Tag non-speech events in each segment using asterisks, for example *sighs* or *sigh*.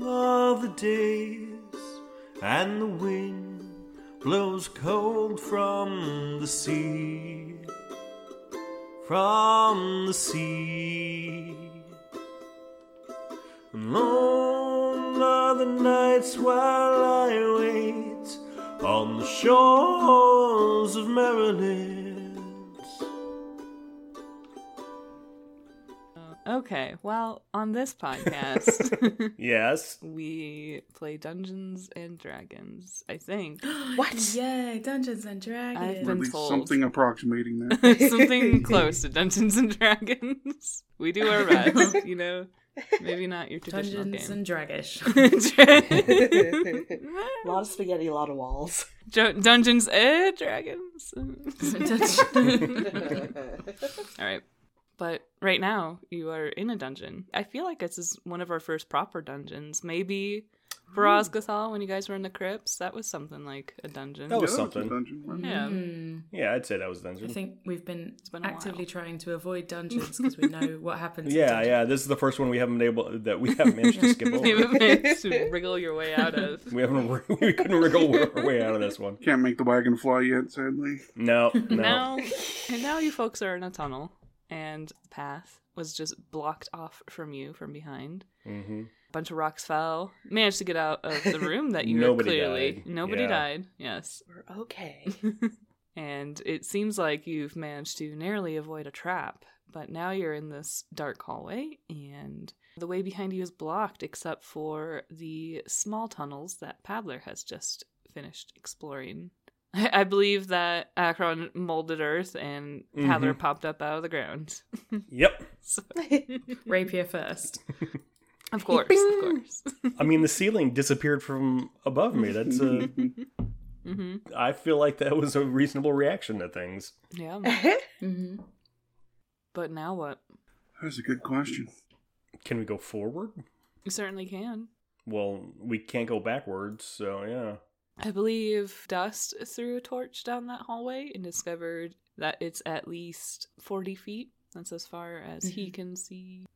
the days, and the wind blows cold from the sea. From the sea. And long are the nights while I wait on the shores of Maryland. Okay, well, on this podcast, Yes. we play Dungeons and Dragons, I think. What? Yay, Dungeons and Dragons. been- At least told. something approximating *laughs* that. Something close to Dungeons and Dragons. We do our best, you know? Maybe not your traditional Dungeons and Dragish. *laughs* game. *laughs* A lot of spaghetti, a lot of walls. Jo- Dungeons and Dragons. *laughs* All right. But right now, you are in a dungeon. I feel like this is one of our first proper dungeons. Maybe Barazgathal, when you guys were in the crypts, that was something like a dungeon. *laughs* That was Yeah, something. a dungeon, right? *laughs* Yeah. Hmm. Yeah, I'd say that was I Dungeon. think we've been, been a actively while. trying to avoid dungeons because we know what happens. in Yeah, dungeons. yeah. This is the first one we haven't able that we haven't managed to *laughs* skip You over. haven't managed to wriggle your way out of. *laughs* We haven't. *laughs* We couldn't wriggle our way out of this one. Can't make the wagon fly yet, sadly. No, no. Now, and now you folks are in a tunnel, and the path was just blocked off from you from behind. hmm A bunch of rocks fell. Managed to get out of the room that you Nobody were clearly. died. Nobody Yeah. died. Yes. We're okay. and it seems like you've managed to narrowly avoid a trap, but now you're in this dark hallway, and the way behind you is blocked except for the small tunnels that Paddler has just finished exploring. *laughs* I I believe that Akron molded Earth and Paddler popped up out of the ground. *laughs* Yep. So, *laughs* Rapier first. of course, of course. I mean, the ceiling disappeared from above me. That's uh, a. hmm I feel like that was a reasonable reaction to things. Yeah. Mm-hmm. hmm But now what? *laughs* That's a good question. Can we go forward? You certainly can. Well, we can't go backwards, so yeah. I believe Dust threw a torch down that hallway and discovered that it's at least 40 feet. That's as far as he can see.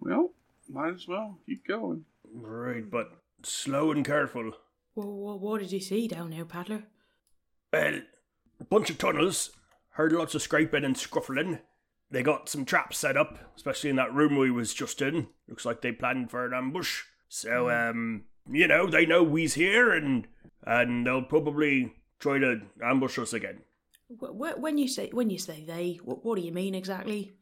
Well, might as well keep going. Right, but slow and careful. Whoa, whoa, what did you see down there, Paddler? Well, a bunch of tunnels. Heard lots of scraping and scuffling. They got some traps set up, especially in that room we was just in. Looks like they planned for an ambush. So, um, you know, they know we's here, and and they'll probably try to ambush us again. Wh- wh- When you say when you say they, what, what do you mean exactly?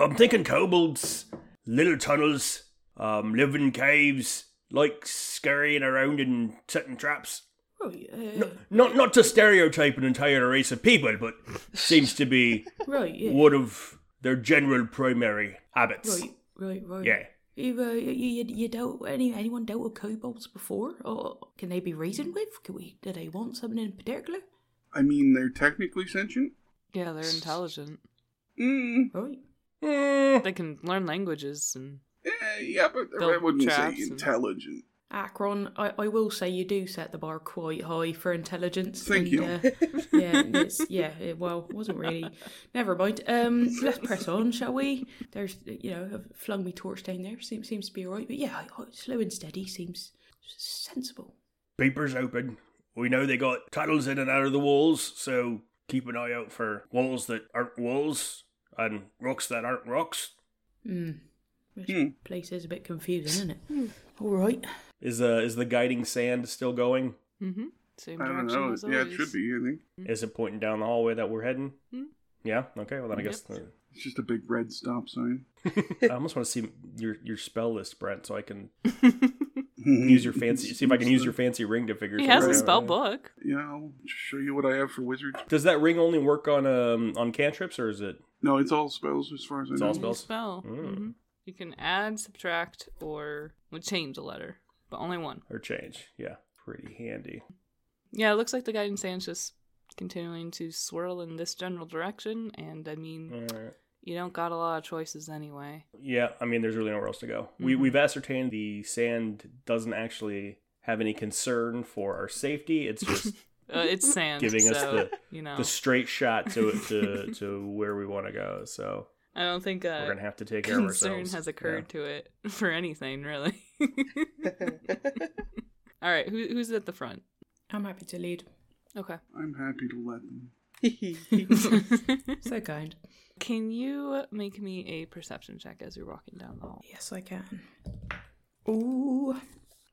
I'm thinking kobolds, little tunnels, um, live in caves, like scurrying around and setting traps. Oh, yeah. N- not not to stereotype an entire race of people, but seems to be right, yeah. one of their general primary habits. Right, right, right. Yeah. You, uh, you, you, you dealt any anyone dealt with kobolds before, or can they be reasoned with? Can we? Do they want something in particular? I mean, they're technically sentient. Yeah, they're intelligent. Mm, Right. They can learn languages and. eh, yeah, but I Build wouldn't traps say and- intelligent. Akron, I, I will say you do set the bar quite high for intelligence. Thank and, you. *laughs* Uh, yeah, it's, yeah. It, well, wasn't really. Never mind. Um, let's press on, shall we? There's, you know, I've flung me torch down there. Seems seems to be alright. But yeah, I- I- slow and steady seems sensible. Peepers open. We know they got tunnels in and out of the walls, so keep an eye out for walls that aren't walls and rocks that aren't rocks. Mm. This Hmm. place is a bit confusing, isn't it? All right. Is the is the guiding sand still going? Mm-hmm. Same I don't direction. know. As Yeah, it always. *laughs* should be. I think Mm-hmm. Is it pointing down the hallway that we're heading? Hmm. Yeah. Okay. Well, then I guess Yep. it's just a big red stop sign. the, I almost want to see your your spell list, Brent, so I can *laughs* use your fancy. See if I can use your fancy ring to figure. He has something a out. spell book. *laughs* Yeah, I'll just show you what I have for wizards. Does that ring only work on um on cantrips or is it? No, it's all spells as far as I It's know. all Only spells? Spell. Mm. Mhm. You can add, subtract, or would change a letter, but only one. or change. Yeah, pretty handy. Yeah, it looks like the guidance hand's just continuing to swirl in this general direction, and I mean. Alright. You don't got a lot of choices anyway. Yeah, I mean, there's really nowhere else to go. We Mhm. we've ascertained the sand doesn't actually have any concern for our safety. It's just *laughs* Uh, it's sand, giving so, us the you know. *laughs* the straight shot to to to where we want to go. So I don't think We're uh, gonna have to take care of concern ourselves. has Yeah. occurred to it *laughs* for anything, really. *laughs* All right, who, who's at the front? I'm happy to lead. Okay. I'm happy to let them. *laughs* So kind. Can you make me a perception check as you're walking down the hall? Yes, I can. Ooh,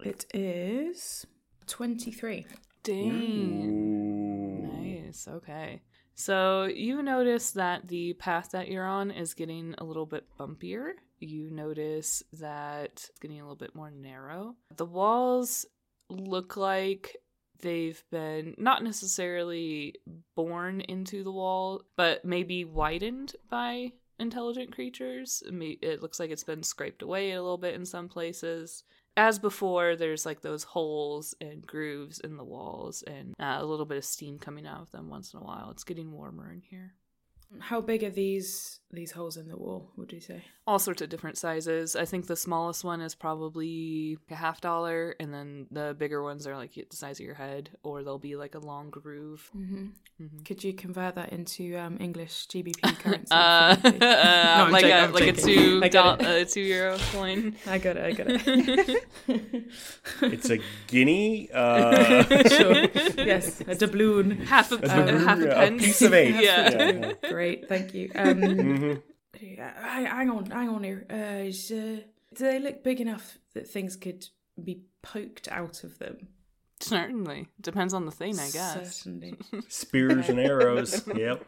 it is 23. Dang. Nice. Okay. So you notice that the path that you're on is getting a little bit bumpier. You notice that it's getting a little bit more narrow. The walls look like they've been not necessarily born into the wall, but maybe widened by intelligent creatures. May- It looks like it's been scraped away a little bit in some places as before, there's like those holes and grooves in the walls and uh, a little bit of steam coming out of them once in a while. It's getting warmer in here. How big are these these holes in the wall? Would you say? All sorts of different sizes. I think the smallest one is probably a half dollar, and then the bigger ones are like the size of your head, or they'll be like a long groove. Mm-hmm. Mhm. Could you convert that into um, English GBP currency? *laughs* Uh, *laughs* uh, I'm like joking, a I'm like a joking. two uh, I doll- got it. a two euro coin. *laughs* I got it. I got it. It's a guinea. *laughs* Uh, *laughs* sure. *laughs* Yes, a doubloon. Half a, doubloon, half a yeah, a pence. piece of eight. *laughs* yeah. Yeah. Great, thank you. *laughs* mhm. Um, Yeah, I- hang on, hang on here. Uh, is, uh, do they look big enough that things could be poked out of them? Certainly depends on the thing, I uh, guess. *laughs* Certainly. Spears and arrows. Yep.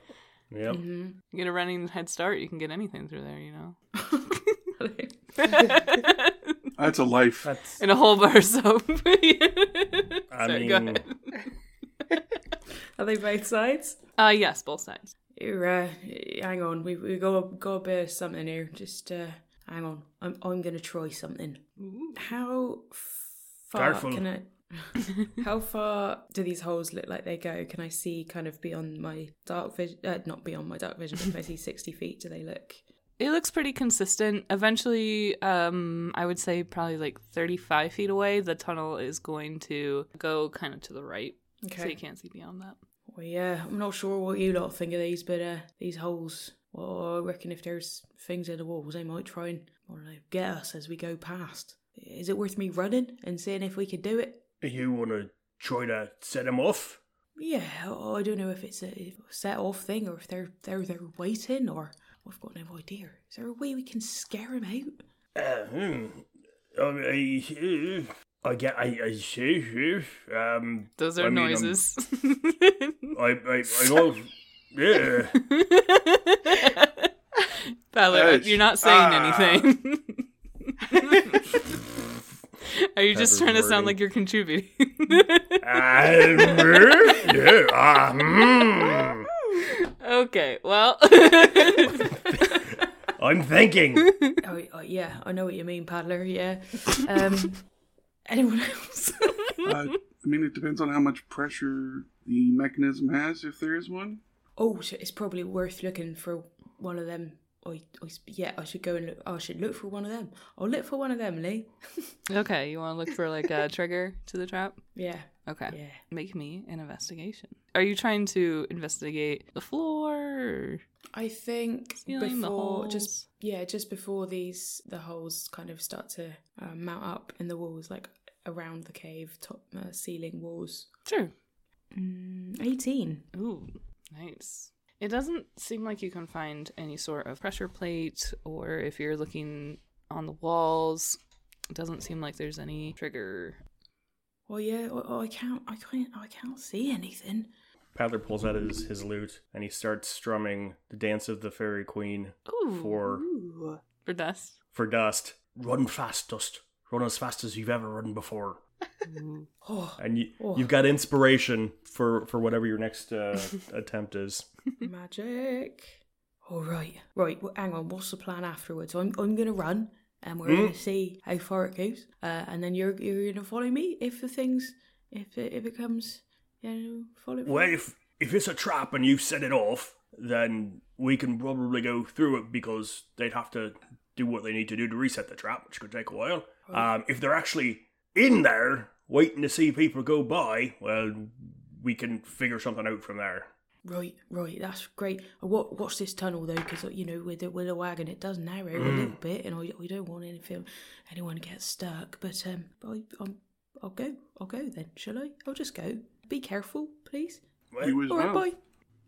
Yep. Mhm. You get a running head start, you can get anything through there, you know. *laughs* *laughs* That's a life. That's. In a whole bar of soap. *laughs* I Sorry, mean, go ahead. Are they both sides? Uh, yes, both sides. Here, Uh, hang on, we we got a, got a bit of something here. Just uh, hang on, I'm I'm gonna try something. How far Careful. can I? *laughs* how far do these holes look like they go? Can I see kind of beyond my dark vision? Uh, not beyond my dark vision, but can I see sixty feet? Do they look? It looks pretty consistent. Eventually, um, I would say probably like 35 feet away, the tunnel is going to go kind of to the right. So you can't see beyond that. Well, yeah, I'm not sure what you lot think of these, but uh, these holes. Well, I reckon if there's things in the walls, they might try and I don't know, get us as we go past. Is it worth me running and seeing if we could do it? You want to try to set him off? Yeah, I I don't know if it's a set off thing or if they're they're they're waiting or I've got no idea. Is there a way we can scare him out? *laughs* Uh, hmm. Um, I, uh, I get. I. I see. uh, Um. Those I are mean, um, noises. *laughs* I. I. I know. Yeah. Bella, Yes. you're not saying Ah. *laughs* anything. Are you Pepper's just trying to sound wording. like you're contributing? *laughs* Um, yeah. Ah, hmm. okay, *laughs* well. I'm thinking. oh, oh, yeah, I know what you mean, paddler. Yeah. Um, anyone else? Uh, I mean, it depends on how much pressure the mechanism has, if there is one. Oh, so it's probably worth looking for one of them. I, I, yeah, I should go and look. I should look for one of them. I'll look for one of them, Lee. okay, you want to look for like a trigger to the trap? Yeah, Okay. yeah. Make me an investigation. Are you trying to investigate the floor? or I think Feeling the before holes. just yeah, just before these the holes kind of start to uh, mount up in the walls, like around the cave top uh, ceiling walls. Sure. Mm, Eighteen. Ooh, nice. It doesn't seem like you can find any sort of pressure plate, or if you're looking on the walls, it doesn't seem like there's any trigger. Well, yeah. I, I can't. I can't. I can't see anything. Paddler pulls out his, his lute and he starts strumming the dance of the fairy queen Ooh, for Ooh. for dust. *laughs* for dust. Run fast, dust. Run as fast as you've ever run before. Oh, And you, Oh. you've got inspiration for for whatever your next uh, attempt is. Magic. All right, right. Well, hang on. What's the plan afterwards? I'm I'm gonna run, and we're Hmm? gonna see how far it goes. Uh, and then you're you're gonna follow me if the things if it, if it comes. You know, follow. Well, if if it's a trap and you've set it off, then we can probably go through it because they'd have to do what they need to do to reset the trap, which could take a while. Um, if they're actually in there waiting to see people go by, well, we can figure something out from there. Right, right, that's great. I wa- watch this tunnel though, because you know with the willow wagon, it does narrow a little Mm. bit, and I, I don't want anything, anyone to get stuck. But um, I, I'm, I'll go, I'll go then, shall I? I'll just go. Be careful, please. You as All right, well. bye.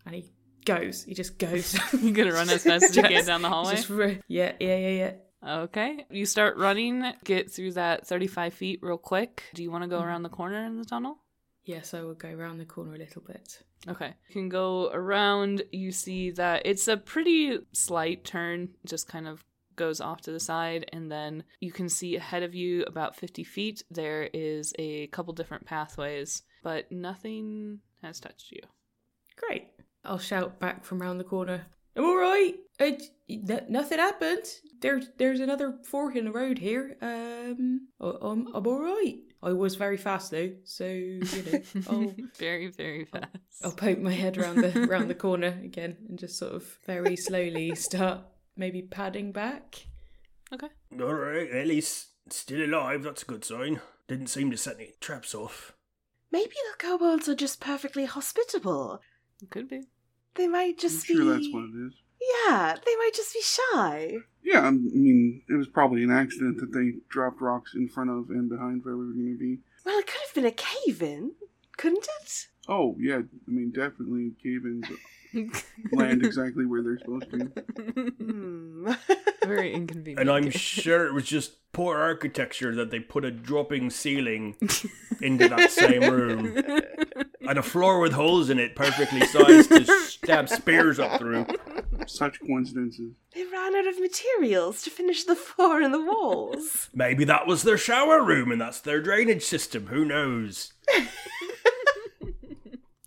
And he goes. He *laughs* just goes. You're gonna run *laughs* as fast as you can down the hallway. Just re- yeah, yeah, yeah, yeah. *laughs* Okay. You start running, get through that 35 feet real quick. Do you want to go around the corner in the tunnel? Yes, I will go round the corner a little bit. Okay. You can go around. You see that it's a pretty slight turn, just kind of goes off to the side. And then you can see ahead of you about 50 feet, there is a couple different pathways, but nothing has touched you. Great. I'll shout back from round the corner. I'm all right. It, n- nothing happened. There's there's another fork in the road here. Um, I- I'm I'm all right. I was very fast though, so you *laughs* know I'll Oh, very, very fast. I'll poke my head round the round the corner again and just sort of very slowly start maybe padding back. All right, at least still alive. That's a good sign. Didn't seem to set any traps off. Maybe the kobolds are just perfectly hospitable. Could be. They might I'm just sure be. that's what it is. Yeah, they might just be shy. Yeah, I mean, it was probably an accident that they dropped rocks in front of and behind where we were going to be. Well, it could have been a cave in, couldn't it? Oh, yeah, I mean, definitely cave-ins land exactly where they're supposed to. Hmm. very inconvenient. And I'm sure it was just poor architecture that they put a dropping *laughs* ceiling into that same room. And a floor with holes in it perfectly sized to stab spears up through. Such coincidences. *laughs* they ran out of materials to finish the floor and the *laughs* walls. Maybe that was their shower room and that's their drainage system. Who knows?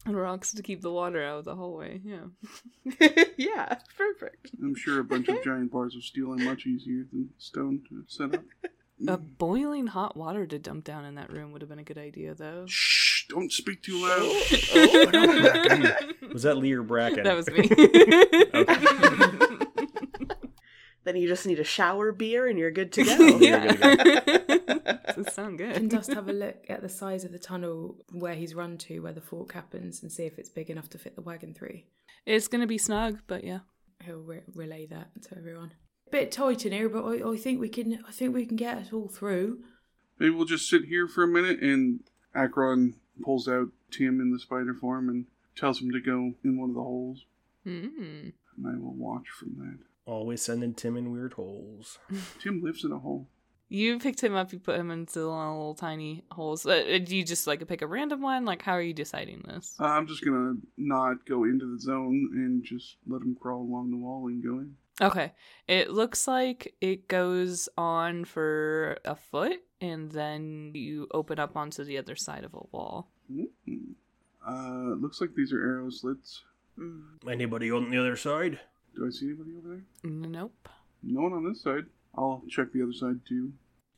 And rocks to keep the water out of the hallway. Yeah. yeah, perfect. I'm sure a bunch of giant bars of steel are much easier than stone to set up. A boiling hot water to dump down in that room would have been a good idea, though. Shh! Don't speak too loud. *laughs* Was that Lee or Bracken? *laughs* That was me. *laughs* Then you just need a shower beer and you're good to go. Yeah. Does it sound Can *laughs* good? Dust have a look at the size of the tunnel where he's run to, where the fork happens, and see if it's big enough to fit the wagon through? It's gonna be snug, but yeah. he'll re- relay that to everyone. Bit tight in here, but I, I think we can. I think we can get us all through. Maybe we'll just sit here for a minute and Akron pulls out Tim in the spider form and tells him to go in one of the holes. Mm. And I will watch from that. Always sending Tim in weird holes. Tim lives in a hole. You picked him up. You put him into the little tiny holes. Uh, uh, do you just like pick a random one? Like, how are you deciding this? Uh, I'm just gonna not go into the zone and just let him crawl along the wall and go in. Okay. It looks like it goes on for a foot, and then you open up onto the other side of a wall. Mm-mm. Mm-hmm. Uh, looks like these are arrow slits. Hmm. Anybody on the other side? Do I see anybody over there? Nope. No one on this side. I'll check the other side too.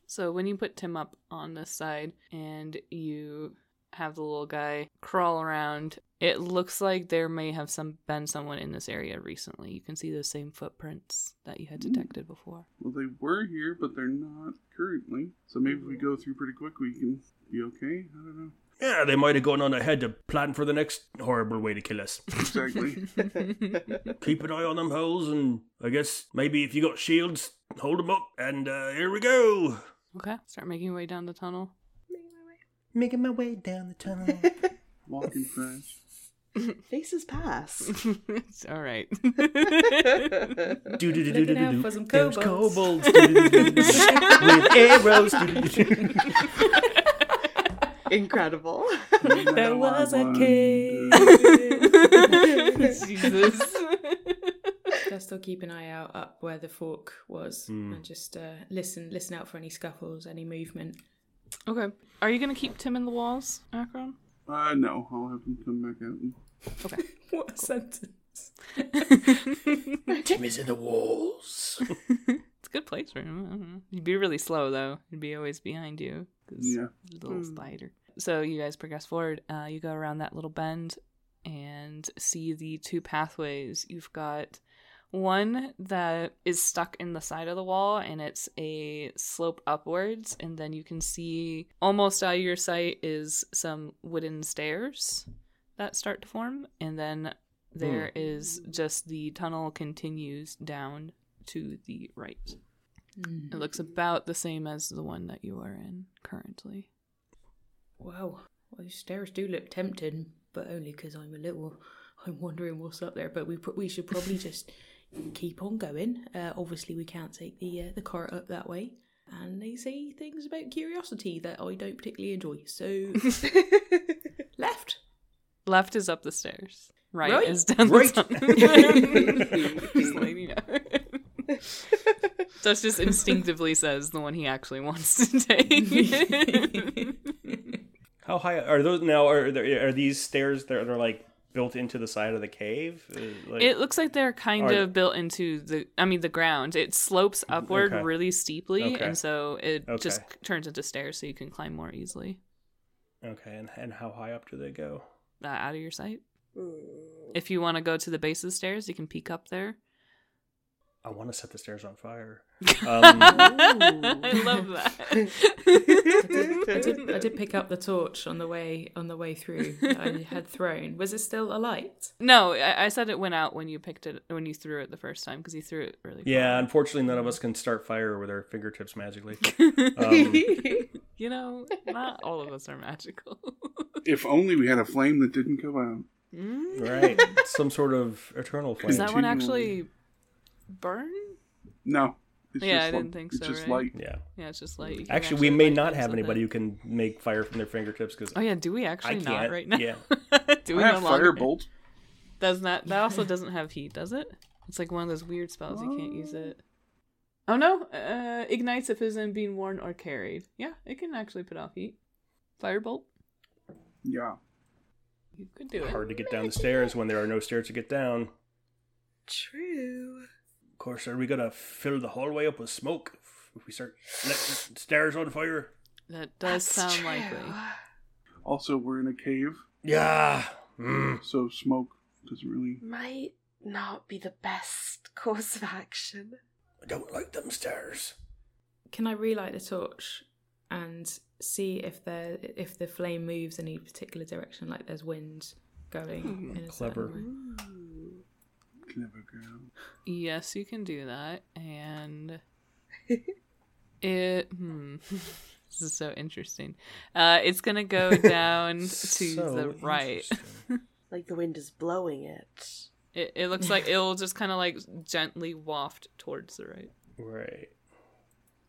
So when you put Tim up on this side and you have the little guy crawl around, it looks like there may have some been someone in this area recently. You can see those same footprints that you had Mm. detected before. Well, they were here, but they're not currently. So maybe if we go through pretty quick, we can be okay. I don't know. Yeah, they might have gone on ahead to plan for the next horrible way to kill us. Exactly. Keep an eye on them holes, and I guess maybe if you got shields, hold them up, and uh, here we go. Okay. Start making your way down the tunnel. *laughs* Making my way down the *laughs* tunnel. Walking fast. Faces pass. *laughs* it's all right. do do do do do Looking out do. for some Them's kobolds. *laughs* kobolds. Do-do-do-do-do-do. With arrows. Do-do-do-do-do. *laughs* *laughs* Incredible. There was a cave. Jesus. Just I'll keep an eye out up where the fork was, Hmm. and just uh, listen, listen out for any scuffles, any movement. *laughs* Okay. Are you going to keep Tim in the walls, *laughs* Akron? *laughs* Uh, no, I'll have him come back out. and- What a sentence! Tim is in the walls. It's a good place for him. I don't know. You'd be really slow though. He'd be always behind you. 'cause Yeah. he's a Little Mm. spider. So you guys progress forward. Uh, you go around that little bend and see the two pathways. You've got one that is stuck in the side of the wall and it's a slope upwards. And then you can see almost out of your sight is some wooden stairs that start to form. And then There is just the tunnel continues down to the right. Mm. It looks about the same as the one that you are in currently. Wow, those stairs do look tempting, but only because I'm a little. I'm wondering what's up there, but we pr- we should probably just keep on going. Uh, obviously, we can't take the uh, the cart up that way. And they say things about curiosity that I don't particularly enjoy. So left. Left is up the stairs. Right, Right. is down Right. *laughs* the tunnel. Just letting you know. Dutch just instinctively says the one he actually wants *laughs* to take. How high are those now? Are there, are these stairs that are they're like built into the side of the cave? Uh, Like, it looks like they're kind Are- Mm, of built into the I mean the ground. It slopes upward Okay. really steeply Okay. and so it just Okay. turns into stairs so you can climb more easily. okay, and, and how high up do they go? Uh, out of your sight. Mm. If you want to go to the base of the stairs, you can peek up there. I want to set the stairs on fire. Um, *laughs* *laughs* I love I *laughs* that. *laughs* did, I did pick up the torch on the way on the way through. that I had thrown. Was it still alight? no, I, I said it went out when you picked it when you threw it the first time because you threw it really. Yeah, unfortunately, none of us can start fire with our fingertips magically. *laughs* far. Um, you know, not all of us are *laughs* magical. If only we had a flame that didn't go out. Mm. right, some sort of eternal flame. Does that one Continually. actually burn? No. It's Yeah, I li- didn't think it's so, just right? light. yeah, Yeah, it's just like you can actually, we may light not things have with anybody it. who can make fire from their fingertips because Oh yeah, do we actually not can't, right now? yeah. *laughs* do I we no have longer? firebolt. Does not that also doesn't have heat, does it? It's like one of those weird spells you can't use it. Oh no! Uh, ignites if isn't being worn or carried. Yeah, it can actually put off heat. Firebolt, Yeah. you could do it. hard to get down the stairs when there are no stairs to get down. True. Of course, are we gonna fill the hallway up with smoke if we start letting stairs on fire? That does sound true. likely. Also, we're in a cave, Yeah. Mm. so smoke doesn't really. Might not be the best course of action. I don't like them stairs. Can I relight the torch and see if there if the flame moves any particular direction? Like there's wind going. in a certain clever. way? Clever girl. *laughs* Yes, you can do that, *laughs* and it. Hmm. *laughs* this is so interesting. Uh, it's gonna *laughs* go down to So the right. *laughs* interesting. Like the wind is blowing it. It, it looks like it'll just kind of like gently waft towards the right. right.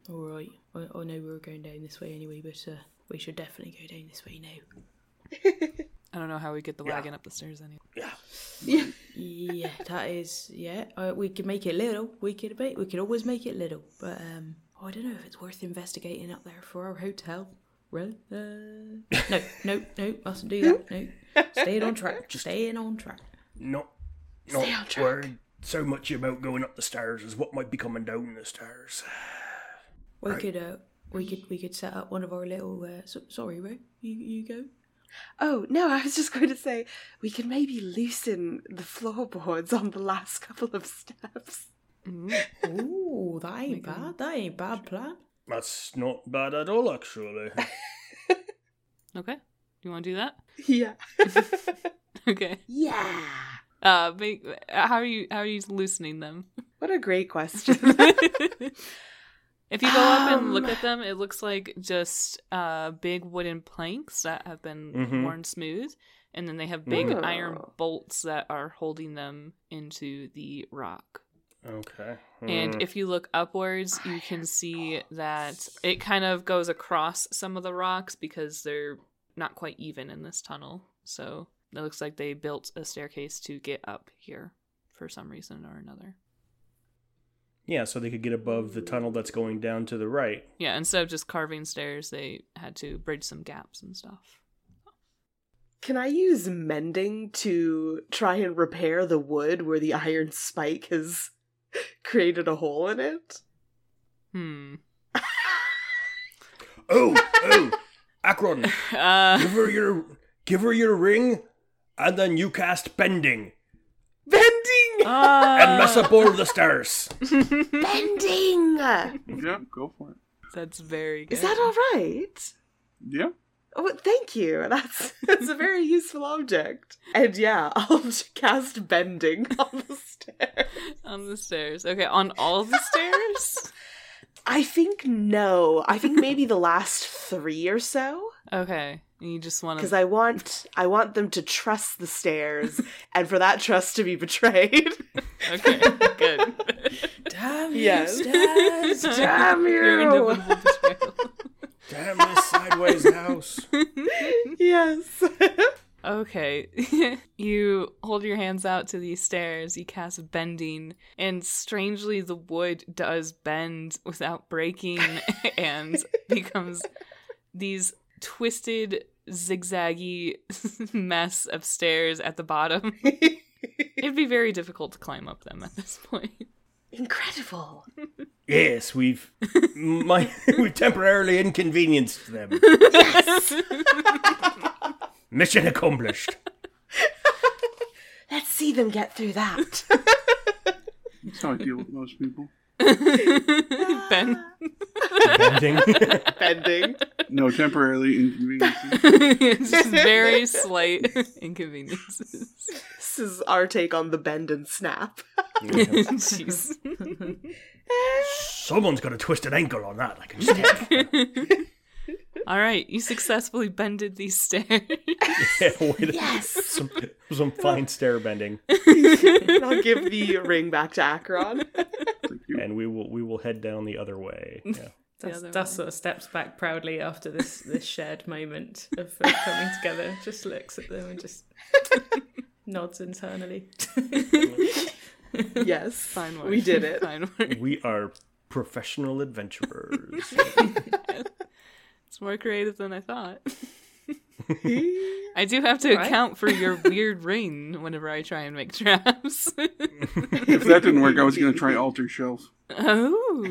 All right. I, I know we were going down this way anyway, but uh, we should definitely go down this way now. I don't know how we get the wagon up the stairs anyway. Yeah, that is. Yeah, uh, we could make it little. We could make. We could always make it little. But um, I don't know if it's worth investigating up there for our hotel. Really? Uh, no, no, no. Mustn't do that. No. Staying on track. Staying on track. Not, Stay on not track. worried so much about going up the stairs as what might be coming down the stairs. We could. Uh, we could. We could set up one of our little. Uh, so, sorry, Ro. You you go. Oh, no, I was just going to say we could maybe loosen the floorboards on the last couple of steps. *laughs* Ooh, that ain't bad. That ain't bad plan. That's not bad at all, actually. Okay, you want to do that? *laughs* Yeah. Okay. yeah. Uh, make, how are you? How are you loosening them? What a great *laughs* question. *laughs* if you go up and look Um. at them, it looks like just uh big wooden planks that have been Mhm. worn smooth, and then they have big Mhm. iron Oh. bolts that are holding them into the rock. Okay. And Mm. if you look upwards, you can see that it kind of goes across some of the rocks because they're not quite even in this tunnel. So it looks like they built a staircase to get up here for some reason or another. yeah, so they could get above the tunnel that's going down to the right. Yeah, instead of just carving stairs, they had to bridge some gaps and stuff. Can I use mending to try and repair the wood where the iron spike has *laughs* created a hole in it? Hmm. oh, oh, Akron, Uh, give her your, give her your ring, and then you cast bending *laughs* Bending! uh, and mess up all the stairs. Bending! Yeah, go for it. *laughs* That's very good. Is that alright? Yeah. Oh, thank you. That's *laughs* it's a very useful object. And yeah, *laughs* I'll cast bending *laughs* on the stair. on the stairs. Okay, on all the stairs? I think no. I think maybe the last three or so. Okay. And you just want because to. I want I want them to trust the stairs, and for that trust to be betrayed. Okay, good. Damn Yes. you, *laughs* Stas. Damn Your you! inevitable betrayal. *laughs* Damn this sideways house. yes. *laughs* Okay. *laughs* you hold your hands out to these stairs, you cast bending, and strangely the wood does bend without breaking *laughs* and becomes these twisted zigzaggy *laughs* mess of stairs at the bottom. It'd be very difficult to climb up them at this point. *laughs* Incredible. Yes, we've my, *laughs* we've temporarily inconvenienced them. *laughs* Mission accomplished. Let's see them get through that. That's how I deal with *laughs* most people. ben Bending. Bending. No, temporarily inconveniencing. it's just very slight *laughs* inconveniences. This is our take on the bend and snap. *laughs* *laughs* Jeez. *laughs* Someone's got a twisted ankle on that. I can *laughs* stick. All right, you successfully bended these stairs. Yeah, wait a- Yes. Some, some fine stair bending. And I'll give the ring back to Akron. Thank you. And we will we will head down the other way. Yeah. That's, other that sort of steps back proudly after this this shared moment of, of coming together. Just looks at them and just *laughs* nods internally. Yes. Fine work. We did *laughs* it. Fine work. We are professional adventurers. It's more creative than I *laughs* thought. *laughs* I do have to account for your weird ring whenever I try and make *laughs* *laughs* traps. If that didn't work, I was going to try altar shelf. oh,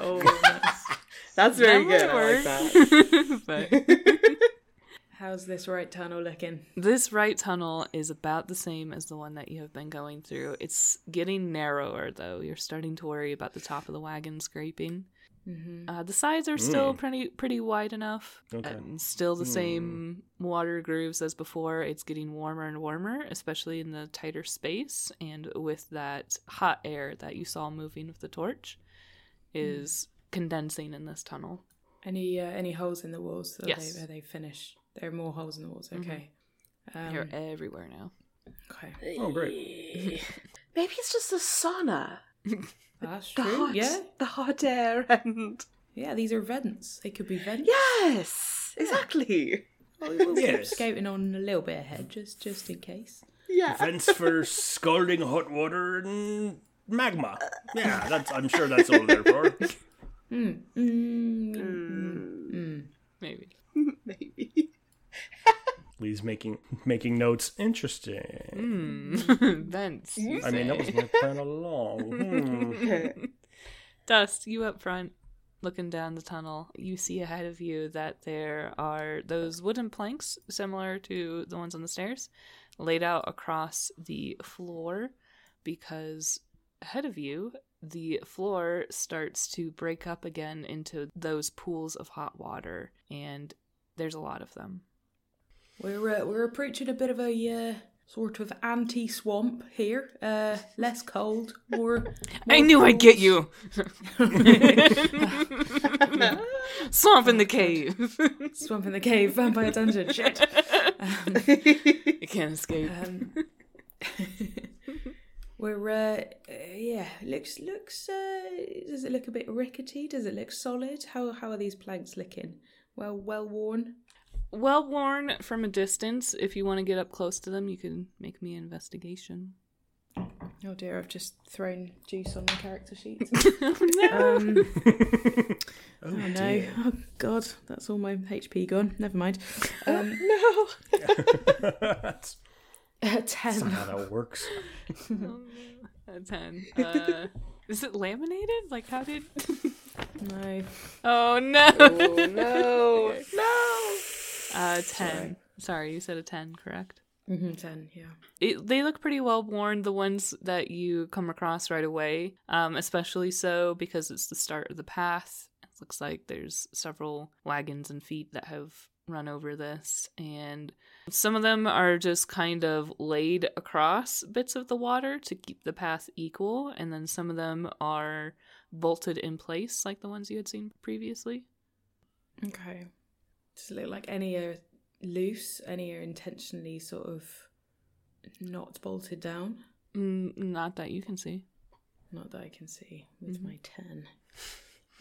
Oh, nice. That's very That good. I like would that. *laughs* but *laughs* how's this right tunnel looking? This right tunnel is about the same as the one that you have been going through. It's getting narrower, though. You're starting to worry about the top of the wagon scraping. Mm-hmm. Uh, the sides are still pretty pretty wide enough. Okay. And still the same water grooves as before. It's getting warmer and warmer, especially in the tighter space, and with that hot air that you saw moving with the torch, is condensing in this tunnel. Any uh, any holes in the walls? Are Yes. They, are they finished? There are more holes in the walls. Mhm. Okay. You're Um, everywhere now. okay. Oh, great. *laughs* Maybe it's just the sauna. That's The true. hot, Yeah. the hot air, and Yeah. These are vents. They could be vents. yes, exactly. We'll, we'll keep Yes. scouting on a little bit ahead, just just in case. Yeah. Vents for scalding hot water and magma. Yeah, that's. I'm sure that's all they're for. Mm. Mm. Mm. Mm, Mm. Maybe. *laughs* maybe. Lee's making making notes. Interesting. Mm. Vents. you I mean, that was say. my plan all along. *laughs* Hmm. *laughs* Dust, you up front, looking down the tunnel. You see ahead of you that there are those wooden planks, similar to the ones on the stairs, laid out across the floor because ahead of you, the floor starts to break up again into those pools of hot water, and there's a lot of them. We're uh, we're approaching a bit of a uh, sort of anti swamp here. Uh, less cold, more. *laughs* I knew I'd get you! *laughs* Swamp in the cave! Swamp in the cave, vampire dungeon. *laughs* Shit. Um, You can't escape. um, *laughs* we're uh, uh, yeah. Looks looks. Uh, does it look a bit rickety? Does it look solid? How how are these planks looking? Well well worn. well worn from a distance. If you want to get up close to them, you can make me an investigation. *laughs* Oh dear, I've just thrown juice on the character sheet. no. Um, *laughs* oh, no! Oh god, that's all my HP gone. Never mind. Um, *laughs* *laughs* no. That's uh, ten. not how that works. A ten. Uh, is it laminated? Like how did? No. oh no. Oh, no. No. Uh, ten. Sorry. you said a ten, correct? Mm-hmm, ten. Yeah. It, they look pretty well worn. The ones that you come across right away, um, especially so because it's the start of the path. It looks like there's several wagons and feet that have run over this and some of them are just kind of laid across bits of the water to keep the path equal and then some of them are bolted in place like the ones you had seen previously Okay. Does it look like any are loose, any are intentionally sort of not bolted down? mm, not that you can see Not that I can see with Mm-hmm. my 10.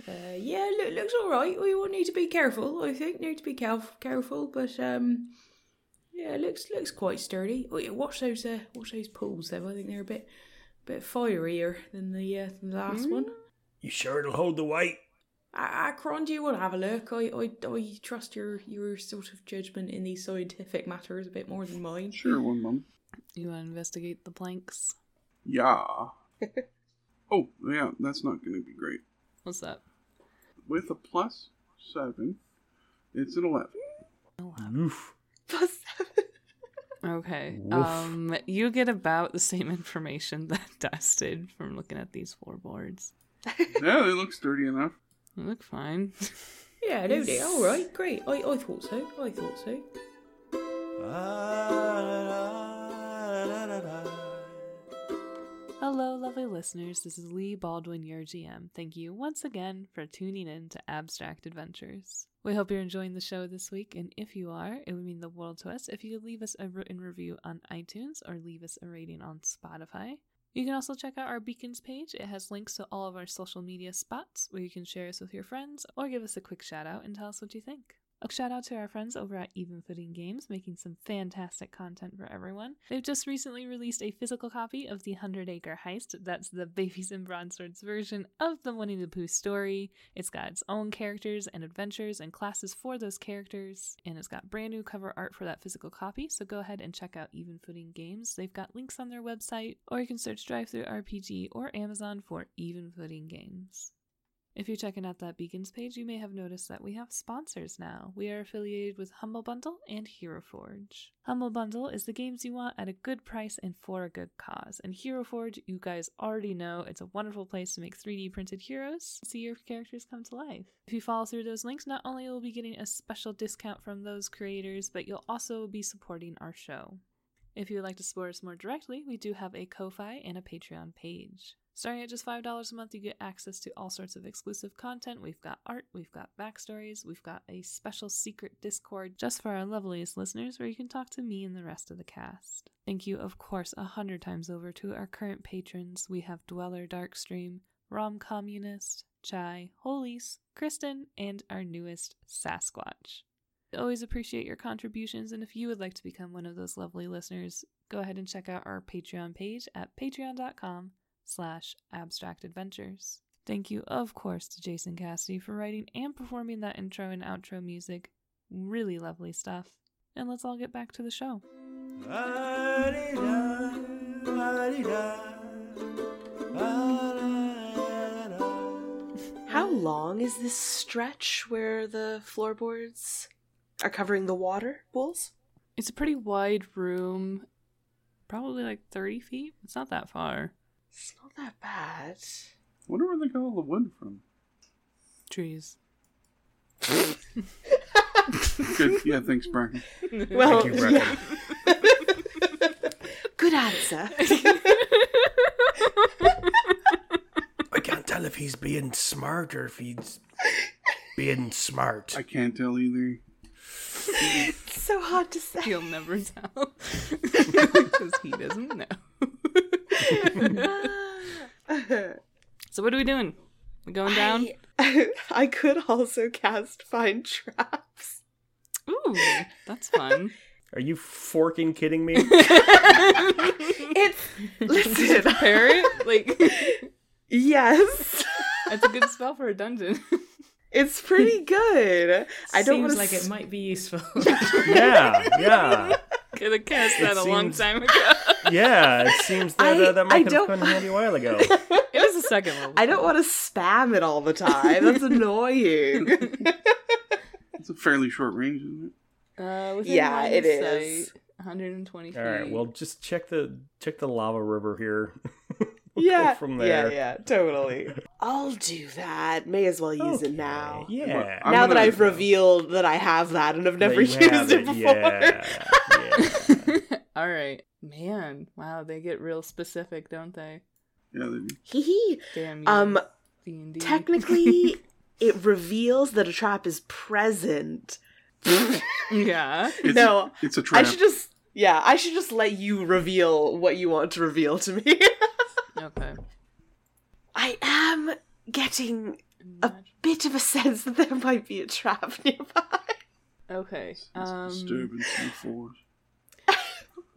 Uh, yeah, look, looks all right. We will need to be careful, I think. Need to be caref- careful, but um, yeah, looks looks quite sturdy. Oh, yeah, watch those uh, watch those pools, though. I think they're a bit bit firier than the, uh, than the last Mm. one. You sure it'll hold the weight? I, I, Cron, do you want to have a look? I, I, I trust your your sort of judgment in these scientific matters a bit more than mine. Sure, one moment. you want to investigate the planks *laughs* Yeah. oh, yeah, that's not going to be great. what's that With a plus seven, it's an 11. Oof. *laughs* Plus seven. Okay. Woof. Um, you get about the same *laughs* information that Dust did from looking at these four boards. yeah, it looks sturdy enough. They look fine. *laughs* Yeah, no, they- all right, great. I, I thought so. I thought so. Ah, Hello, lovely listeners. This is Lee Baldwin, your GM. Thank you once again for tuning in to Abstract Adventures. We hope you're enjoying the show this week, and if you are, it would mean the world to us if you could leave us a written review on iTunes or leave us a rating on Spotify. You can also check out our Beacons page. It has links to all of our social media spots where you can share us with your friends or give us a quick shout out and tell us what you think. A shout out to our friends over at Even Footing Games, making some fantastic content for everyone. They've just recently released a physical copy of the Hundred Acre Heist. That's the *laughs* Babies and Bronze Swords version of the Winnie the Pooh story. It's got its own characters and adventures and classes for those characters, and it's got brand new cover art for that physical copy. So go ahead and check out Even Footing Games. They've got links on their website, or you can search Drive Through RPG or Amazon for Even Footing Games. If you're checking out that Beacons page, you may have noticed that we have sponsors now. We are affiliated with Humble Bundle and Hero Forge. Humble Bundle is the games you want at a good price and for a good cause. And Hero Forge, you guys already know, it's a wonderful place to make 3D printed heroes, see your characters come to life. If you follow through those links, not only will you be getting a special discount from those creators, but you'll also be supporting our show. If you would like to support us more directly, we do have a Ko-Fi and a Patreon page. Starting at just $5 a month, you get access to all sorts of exclusive content. We've got art, we've got backstories, we've got a special secret Discord just for our loveliest listeners where you can talk to me and the rest of the cast. Thank you, of course, a hundred times over to our current patrons. We have Dweller Darkstream, Rom Communist, Chai, Holies, Kristen, and our newest Sasquatch. We always appreciate your contributions, and if you would like to become one of those lovely listeners, go ahead and check out our Patreon page at patreon.com slash abstract adventures. Thank you, of course, to Jason Cassidy for writing and performing that intro and outro music. Really lovely stuff. And let's all get back to the show. How long is this stretch where the floorboards are covering the water pools? It's a pretty wide room, probably like 30 feet. It's not that far. It's not that bad. wonder where they got all the wood from. *laughs* Trees. Good. Yeah, thanks, Bracken. Well, Thank you, Bracken. yeah. Good answer. I can't tell if he's being smart or if he's being smart. I can't tell either. it's so hard to say. You'll never tell. *laughs* Because he doesn't know. *laughs* so, what are we doing? We going down? Ah. I, *laughs* I could also cast Find Traps. Ooh, that's fun. Are you forking kidding *laughs* me? *laughs* It's. Listen. Parrot? Like, *laughs* Yes. that's a good spell for a dungeon. *laughs* It's *laughs* pretty good. I don't want Seems to. like it might be *laughs* useful. *laughs* yeah, yeah, Could have cast that It a long seems- time ago. yeah. It seems that I- uh, that I might have don't- come in handy a while *laughs* ago. It is a second level. I don't want to spam it all *laughs* the time. That's annoying. It's a fairly short range, isn't Uh, within Yeah, line it of sight, is. 120 feet. *laughs* All right. Well, just check the check the lava river here. *laughs* yeah, go from there. yeah, yeah, *laughs* totally. I'll do that. May as well use it Okay, now. Yeah. I'm now that gonna- I've revealed that I have that and I've That you never *laughs* used have it, before. Yeah. yeah. All right. Man, wow, they get real specific, don't they? Yeah, they do. *laughs* Hee hee. Damn you. Um, *laughs* D&D. technically, it reveals that a trap is present. *laughs* yeah. It's, No, it's a I trap. should just, yeah, I should just let you reveal what you want to reveal to me. Okay. I am getting a Imagine- bit of a sense that there might be a trap *laughs* nearby. Okay. It's a Um, disturbance in the force.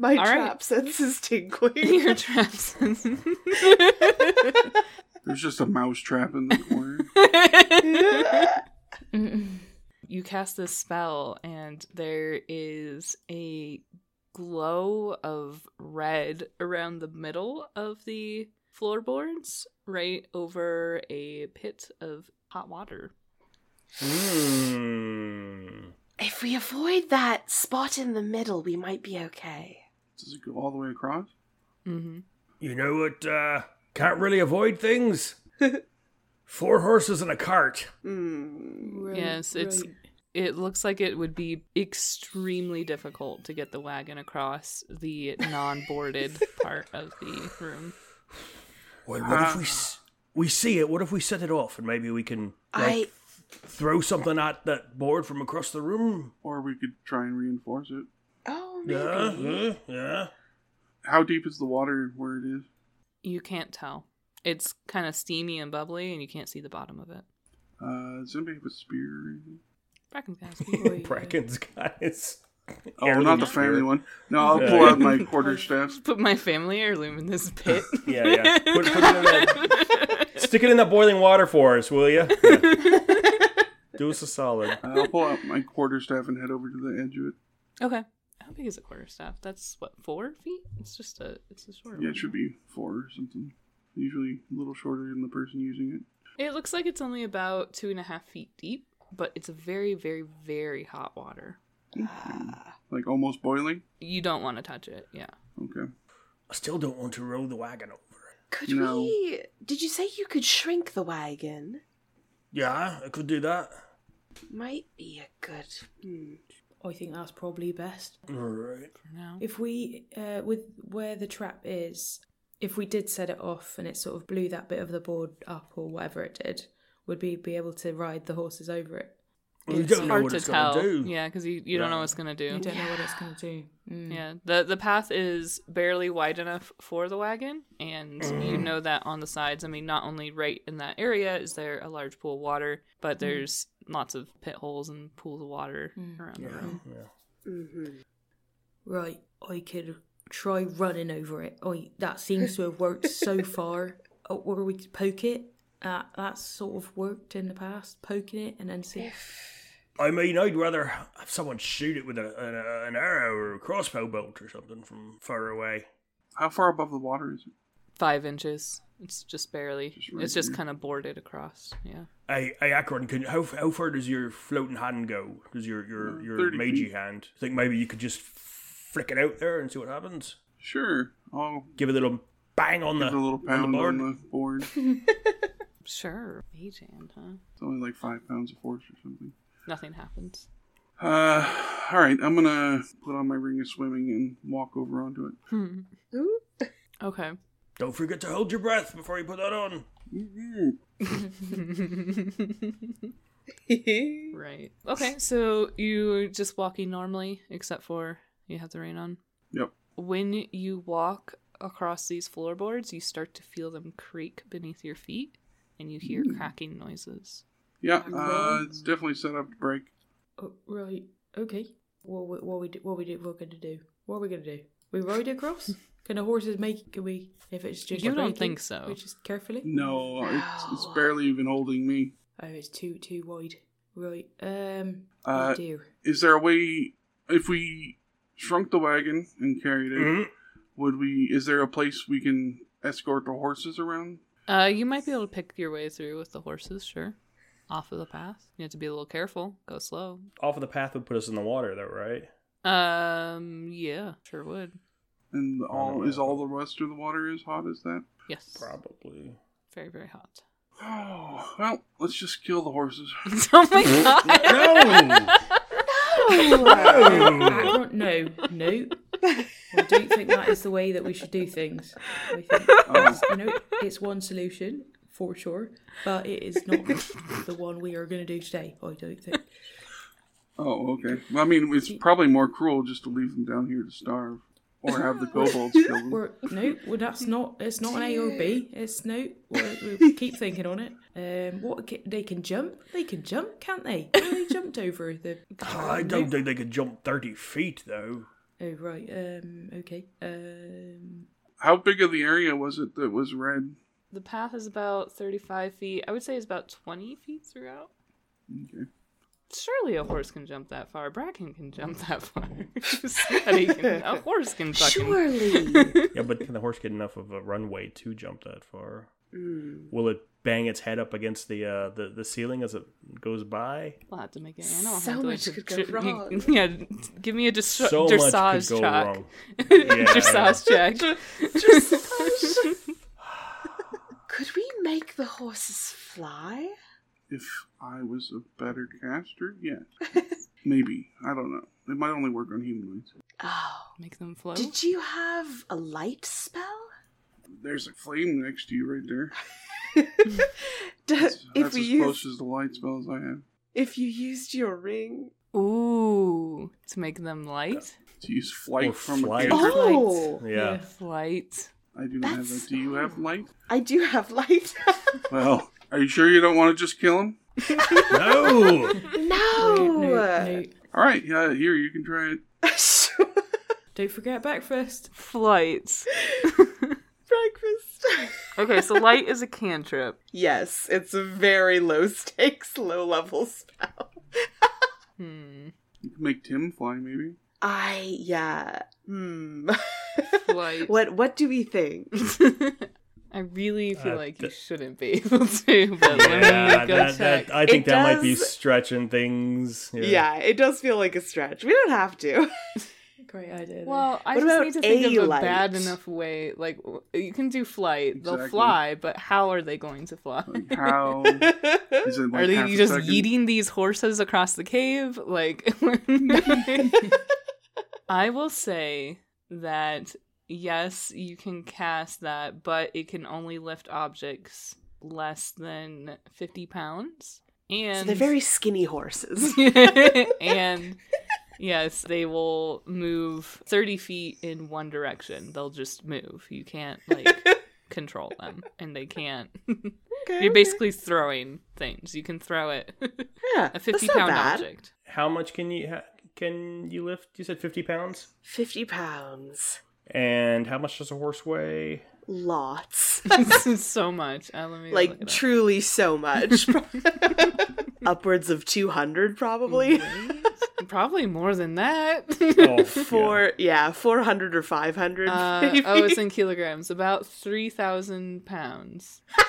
My All right. trap sense is tingling. *laughs* *laughs* your traps. There's just a mouse trap in the corner. Mm-mm. you cast this spell and there is a glow of red around the middle of the floorboards right over a pit of hot water Hmm. Mm. if we avoid that spot in the middle, we might be okay. Does it go all the way across? mm-hmm. You know what? Uh, can't really avoid *laughs* things. Four horses and a cart. Hmm. Yes, it's- it looks like it would be extremely difficult to get the wagon across the non-boarded part of the room Well, what Ah. if we s- we see it? What if we set it off and maybe we can like, I throw something at that board from across the room? Or we could try and reinforce it. oh maybe. Yeah, yeah, yeah. How deep is the water where it is? you can't tell it's kind of steamy and bubbly and you can't see the bottom of it Uh, does anybody have a spear or anything? Bracken guys. *laughs* Boy, Bracken's guys. Oh, not the spear. family one. No, I'll Yeah. pull out my quarter staff. Put my family heirloom in *laughs* this pit. Yeah, yeah. Put- put it in *laughs* Stick it in that boiling water for us, will you? Do us a solid. Uh, I'll pull out my quarter staff and head over to the edge of it. okay. How big is a quarter staff? That's what four feet. It's just a. It's a short. Yeah, one. it should be four or something. Usually a little shorter than the person using it. It looks like it's only about two and a half feet deep, but it's a very, very, very hot water. Like almost boiling. You don't want to touch it. Yeah. Okay. I still don't want to roll the wagon over. Could No. we? Did you say you could shrink the wagon? Yeah, I could do that. Might be a good. Hmm. I think that's probably best. All right. For now. If we, uh, with where the trap is, if we did set it off and it sort of blew that bit of the board up or whatever it did, would we be able to ride the horses over it? Well, you It's don't know Hard what to it's going tell. to do. Yeah, because you, you don't know Yeah. what it's gonna You do. don't know what it's going to do. Mm. Yeah. The the path is barely wide enough for the wagon and Mm. you know that on the sides. I mean, not only right in that area is there a large pool of water, but there's lots of pit holes and pools of water Mm. around Yeah, the room. yeah. Mhm. Right, I could try running over it. I that seems to have worked *laughs* so far. Oh, Or we could poke it. Uh, that's sort of worked in the past, poking it and then see. I mean, I'd rather have someone shoot it with a, an, an arrow or a crossbow bolt or something from far away. How far above the water is it? Five inches. It's just barely. Just right it's just there. kind of boarded across. Yeah. Hey, hey Akron, can how how far does your floating hand go? Does your your Uh, your 30 magey feet. hand? I think maybe you could just flick it out there and see what happens. Sure. I'll Give it a little bang on give it the a little on pound the board. *laughs* on the board. Sure. Mage hand, huh? It's only like five pounds of force or something. Nothing happens. *laughs* Uh, all right. I'm gonna put on my ring of swimming and walk over onto it. Hmm. Ooh. Okay. Don't forget to hold your breath before you put that on. Mhm. right. Okay. So you're just walking normally, except for you have the rain on. Yep. when you walk across these floorboards, you start to feel them creak beneath your feet and you hear cracking noises. Yeah. Uh, it's definitely set up to break. Oh, right, okay. What we, what we do, what we do, we're going to do? What are we going to do? We *laughs* ride across. can the horses make? Can we? If it's just You don't breaking, think so. We just carefully. No, it's, it's barely even holding me. Oh, it's too too wide. Right. Um. Uh, oh dear. Is there a way if we shrunk the wagon and carried it? Mhm. Would we? Is there a place we can escort the horses around? Uh, you might be able to pick your way through with the horses, sure. Off of the path. You have to be a little careful. Go slow. Off of the path would put us in the water, though, right? Um, yeah, sure would. And all know. is all the rest of the water as hot as that? *sighs* Yes. Probably. Very, very hot. *laughs* Oh, well, let's just kill the horses. oh my *laughs* god. No! Akron, no, no. I don't think that is the way that we should do things. I *laughs* think, Oh. you know, it's one solution for sure, but it is not the one we are going to do today. I don't think. Oh, okay. Well, I mean, it's probably more cruel just to leave them down here to starve, or *laughs* have the kobolds kill them. We're, no, well, that's not. It's not an A or B. It's no. We're, we keep thinking on it. Um, what ca- they can jump? They can jump, can't they? Oh, they jumped over the. I don't think they could jump 30 feet, though. Oh right. Um. Okay. Um. How big of the area was it that was red? the path is about 35 feet. I would say it's about 20 feet throughout. Okay. Surely a horse can jump that far. Bracken can jump *laughs* that far. Somebody can- a horse can fucking. *laughs* Surely. Yeah, but can the horse get enough of a runway to jump that far? Will it bang its head up against the uh, the, the ceiling as it goes by? We'll have to make an animal. So handler much to- could go to- you- wrong. *laughs* Yeah, give me a dressage so much could go check. *laughs* wrong. Yeah. Dressage check. Could we make the horses fly? If I was a better caster, *laughs* yes. Maybe. I don't know. It might only work on humanoids. Oh. Make them float. Did you have a *laughs* light spell? *laughs* There's a flame next to you right there. D- That's, if that's we as use, close as the light spells I have. if you used your ring. Ooh, to make them light. To use flight Or from *laughs* flight. a cantrip. Oh, Yeah. Flight. I do not have That's- that. Do you *laughs* have light? I do have light. Well, are you sure you don't want to just kill him? *laughs* No! *laughs* no. No, no. All right, yeah, here you can try it. Don't forget breakfast. Flight. *laughs* Breakfast. Okay, so light is a cantrip. yes, it's a very low stakes, low level spell. Hmm. You can make Tim fly, maybe. I yeah. Hmm. Flight. *laughs* what what do we think? *laughs* I really feel Uh, like you th- shouldn't be able to, but let Yeah, me go that, check. that, I think It that might be does- stretching things. Yeah. it does feel like a stretch. We don't have to. Great idea. there. well, I What just about need to think a of a light? bad enough way. Like, w- you can do flight; they'll Exactly. fly, but how are they going to fly? Like *laughs* how is it like are half they a just second? yeeting these horses across the cave? Like, *laughs* I will say that yes, you can cast that, but it can only lift objects less than fifty pounds. And So they're very skinny horses. *laughs* and yes, they will move 30 feet in one direction. They'll just move. You can't, *laughs* like, control them. And they can't. Okay, You're okay. basically throwing things. You can throw it. *laughs* yeah, A that's 50 not pound bad. object. *laughs* How much can you ha- can you lift? You said 50 pounds? Fifty pounds. And how much does a horse weigh? Lots. this is so much. Uh, let me look it like up. truly so much. *laughs* Upwards of two hundred *laughs* probably. Probably more than *laughs* that. Oh, *laughs* Four yeah, four hundred or five hundred. Uh, oh, it's in kilograms. About 3,000 pounds. yeah.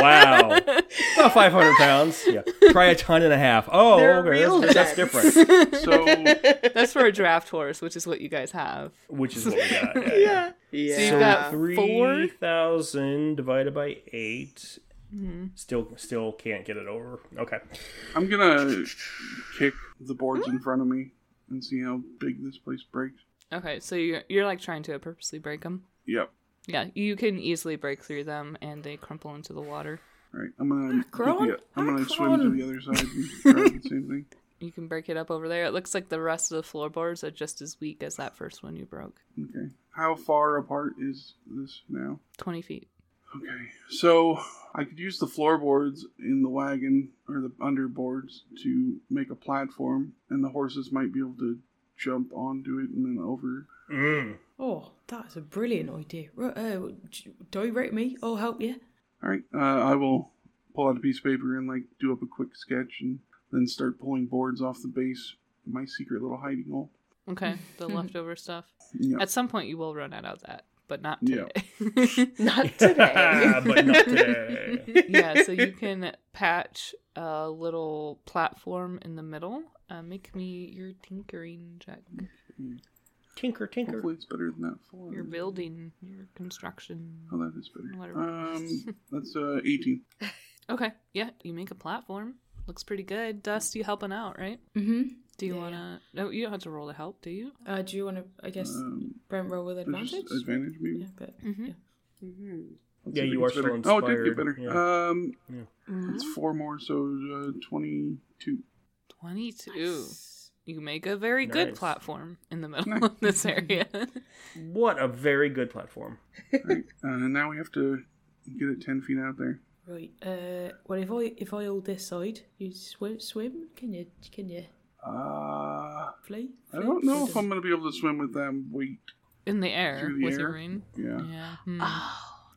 Wow. *laughs* About 500 pounds. Yeah. Try a ton and a half. Oh, They're okay. real that's, that's dents. different. So *laughs* That's for a draft horse, which is what you guys have. Which is what we got. Yeah. yeah. *laughs* Yeah. So you've got four? 3,000 divided by 8. Mm-hmm. Still, still can't get it over. Okay. I'm gonna kick the boards in front of me and see how big this place breaks. *laughs* Okay, so you're you're like trying to purposely break them. Yep. Yeah, you can easily break through them, and they crumple into the water. All right. I'm gonna. Akron? Yeah, I'm gonna swim to Akron? the other side and try the same thing. You can break it up over there. It looks like the rest of the floorboards are just as weak as that first one you broke. Okay. How far apart is this now? Twenty feet. Okay. So I could use the floorboards in the wagon or the underboards to make a platform, and the horses might be able to jump onto it and then over. Mm. Oh, that's a brilliant idea. Right, uh, d- direct me. I'll help you. All right. Uh, I will pull out a piece of paper and like do up a quick sketch, and then start pulling boards off the base. My secret little hiding hole. Okay, *laughs* the leftover stuff. Yeah. At some point, you will run out of that, but not today. *laughs* Yeah. *laughs* Not today. but *laughs* not today. yeah, so you can patch a little platform in the middle. Uh, make me your tinkering check. Tinker, tinker. Hopefully, it's better than that four. Your building, your construction. Oh, that is better. Whatever. Um, that's uh, 18. Okay. Yeah, you make a platform. Looks pretty good. Dust, you helping out, right? Mm-hmm. Do you Yeah, wanna? No, you don't have to roll to help, do you? Uh, do you want to? I guess Um, Brent roll with there's advantage. just advantage, maybe. Yeah, but Mm-hmm. Let's Yeah, see if you it gets are still better. Oh, it did get inspired, better. Um, it's Mm-hmm. four more, so uh, 22. Twenty-two. You make a very good Nice. platform in the middle of this area. *laughs* What a very good platform. Right. uh, now we have to get it 10 feet out there. right. Uh, well, if I if I hold this side, you swim. Swim? Can you? Can you Uh, fly? I don't know if I'm going to be able to swim with them. Wait. in the air Through the with air? your ring. Yeah. Yeah. Hmm.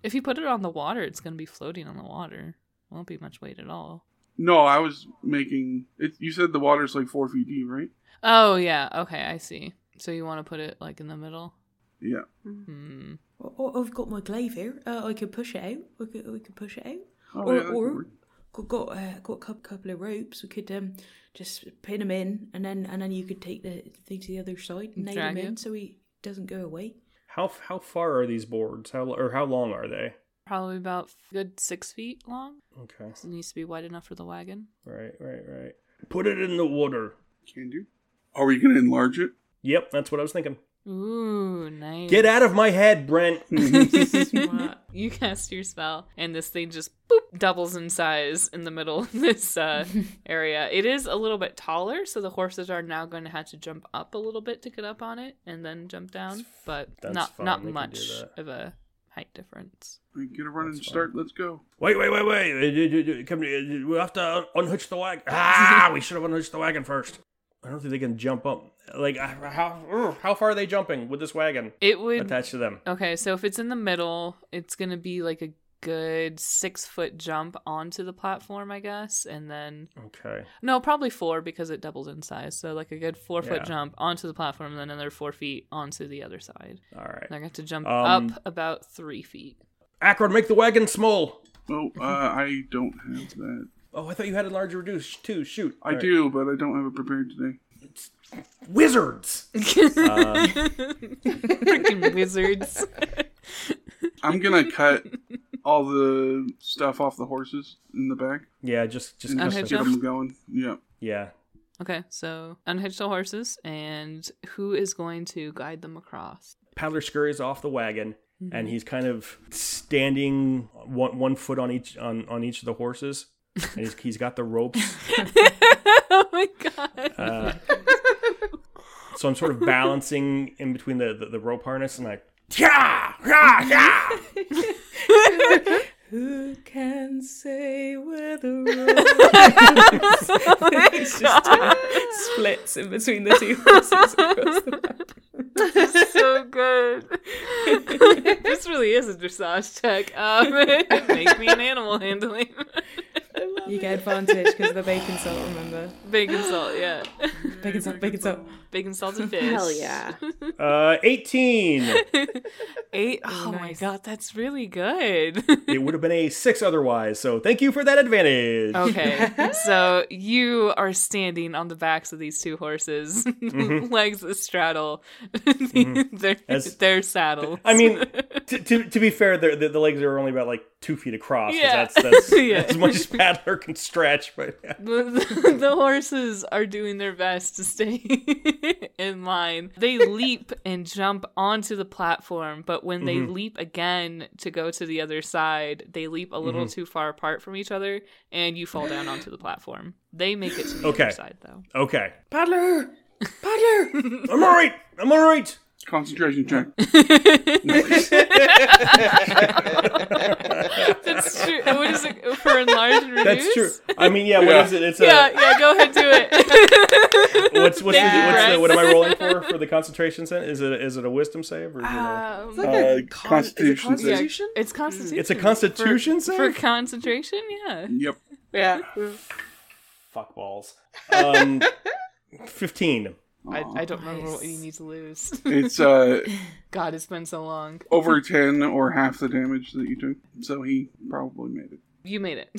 If you put it on the water, it's gonna be floating on the water. Won't be much weight at all. No, I was making. It, you said the water's like four feet deep, right? Oh yeah. Okay, I see. So you want to put it like in the middle? Yeah. Hmm. Well, oh, I've got my glaive here. Uh, I could push it out. We could, we could push it out. Oh, or yeah, that could or work. got got, uh, got a couple, couple of ropes. We could um, just pin him in, and then and then you could take the thing to the other side, and nail Drag him in it. so he doesn't go *laughs* away. How how far are these boards? How or how long are they? Probably about good six feet long. Okay. So it needs to be wide enough for the wagon. Right, right, right. Put it in the water. Can do. Are we going to enlarge it? Yep, that's what I was thinking. Ooh, nice. Get out of my head, Brent. Smart. *laughs* You cast your spell, and this thing just boop doubles in size in the middle of *laughs* this uh, area. It is a little bit taller, so the horses are now going to have to jump up a little bit to get up on it, and then jump down. But That's not fine, not they can do much that. of a height difference. Right, get a run and That's fine. start. Let's go. Wait, wait, wait, wait. Uh, d- d- d- Come, to- uh, we have to unhitch the wagon. Ah, we should have unhitched the wagon first. I don't think they can jump up. Like uh, how ugh, how far are they jumping with this wagon It would attached to them? Okay, so if it's in the middle, it's gonna be like a good six foot jump onto the platform, I guess, and then Okay. no, probably four because it doubles in size. So like a good four Yeah. foot jump onto the platform, and then another four feet onto the other side. All And I right. got to jump Um, up about three feet. *laughs* Akron, make the wagon small. Oh, uh, I don't have that. Oh, I thought you had a large reduced too. Shoot. I All right. do, but I don't have it prepared today. Wizards. Um, Freaking *laughs* wizards! I'm gonna cut all the stuff off the horses in the back Yeah, just just and Okay, just Joe. get them going. Yeah, yeah. Okay, so unhitch the horses, and who is going to guide them across? *laughs* Paddler scurries off the wagon, and he's kind of standing one one foot on each on on each of the horses, and he's, he's got the ropes. oh my god! *laughs* Uh, so I'm sort of balancing in between the the, the rope harness, and I. Yeah, yeah, yeah. *laughs* Who can say where *laughs* the road splits in between the two horses? across the map. *laughs* so good. this really is a dressage check. Um, *laughs* make me an animal handling. *laughs* You get advantage because of the bacon salt. Remember, Bacon salt, yeah. bacon salt, bacon salt. Bacon salt and fish. Hell yeah. Uh, Eighteen. Eight. Oh my nice. god, that's really good. *laughs* It would have been a six otherwise. So thank you for that advantage. okay, *laughs* so you are standing on the backs of these two horses, *laughs* legs astraddle *laughs* their, Mm-hmm. As- their saddle. I *laughs* mean, to, to, to be fair, the, the, the legs are only about like two feet across. 'cause Yeah. That's, that's, *laughs* Yeah. that's as much as Paddler can stretch. But the, the horses are doing their best to stay *laughs* in line. They *laughs* leap and jump onto the platform, but when Mm-hmm. they leap again to go to the other side, they leap a Mm-hmm. little too far apart from each other, and you fall down onto the platform. They make it to the Okay. other side, though. okay, Paddler, paddler. I'm all right. I'm all right. concentration check. That's true. What is it for enlarged reduce? That's true. I mean, yeah. What Yeah. is it? It's Yeah, a yeah. Go ahead, do *laughs* it. what's what's, Thank the, you, what's the, Brett. what am I *laughs* rolling for for the concentration save? Is it is it a wisdom save or is it a, Um, *laughs* It's like a Uh, con- Constitution Is it save. constitution? It's constitution. it's a constitution for, save? for concentration. Yeah. *laughs* Yep. Yeah. fuck balls? *laughs* Um, Fifteen. I, I don't remember what you Nice. need to lose. *laughs* It's uh God, it's been so long. over ten or half the damage that you took, so he probably made it. You made it.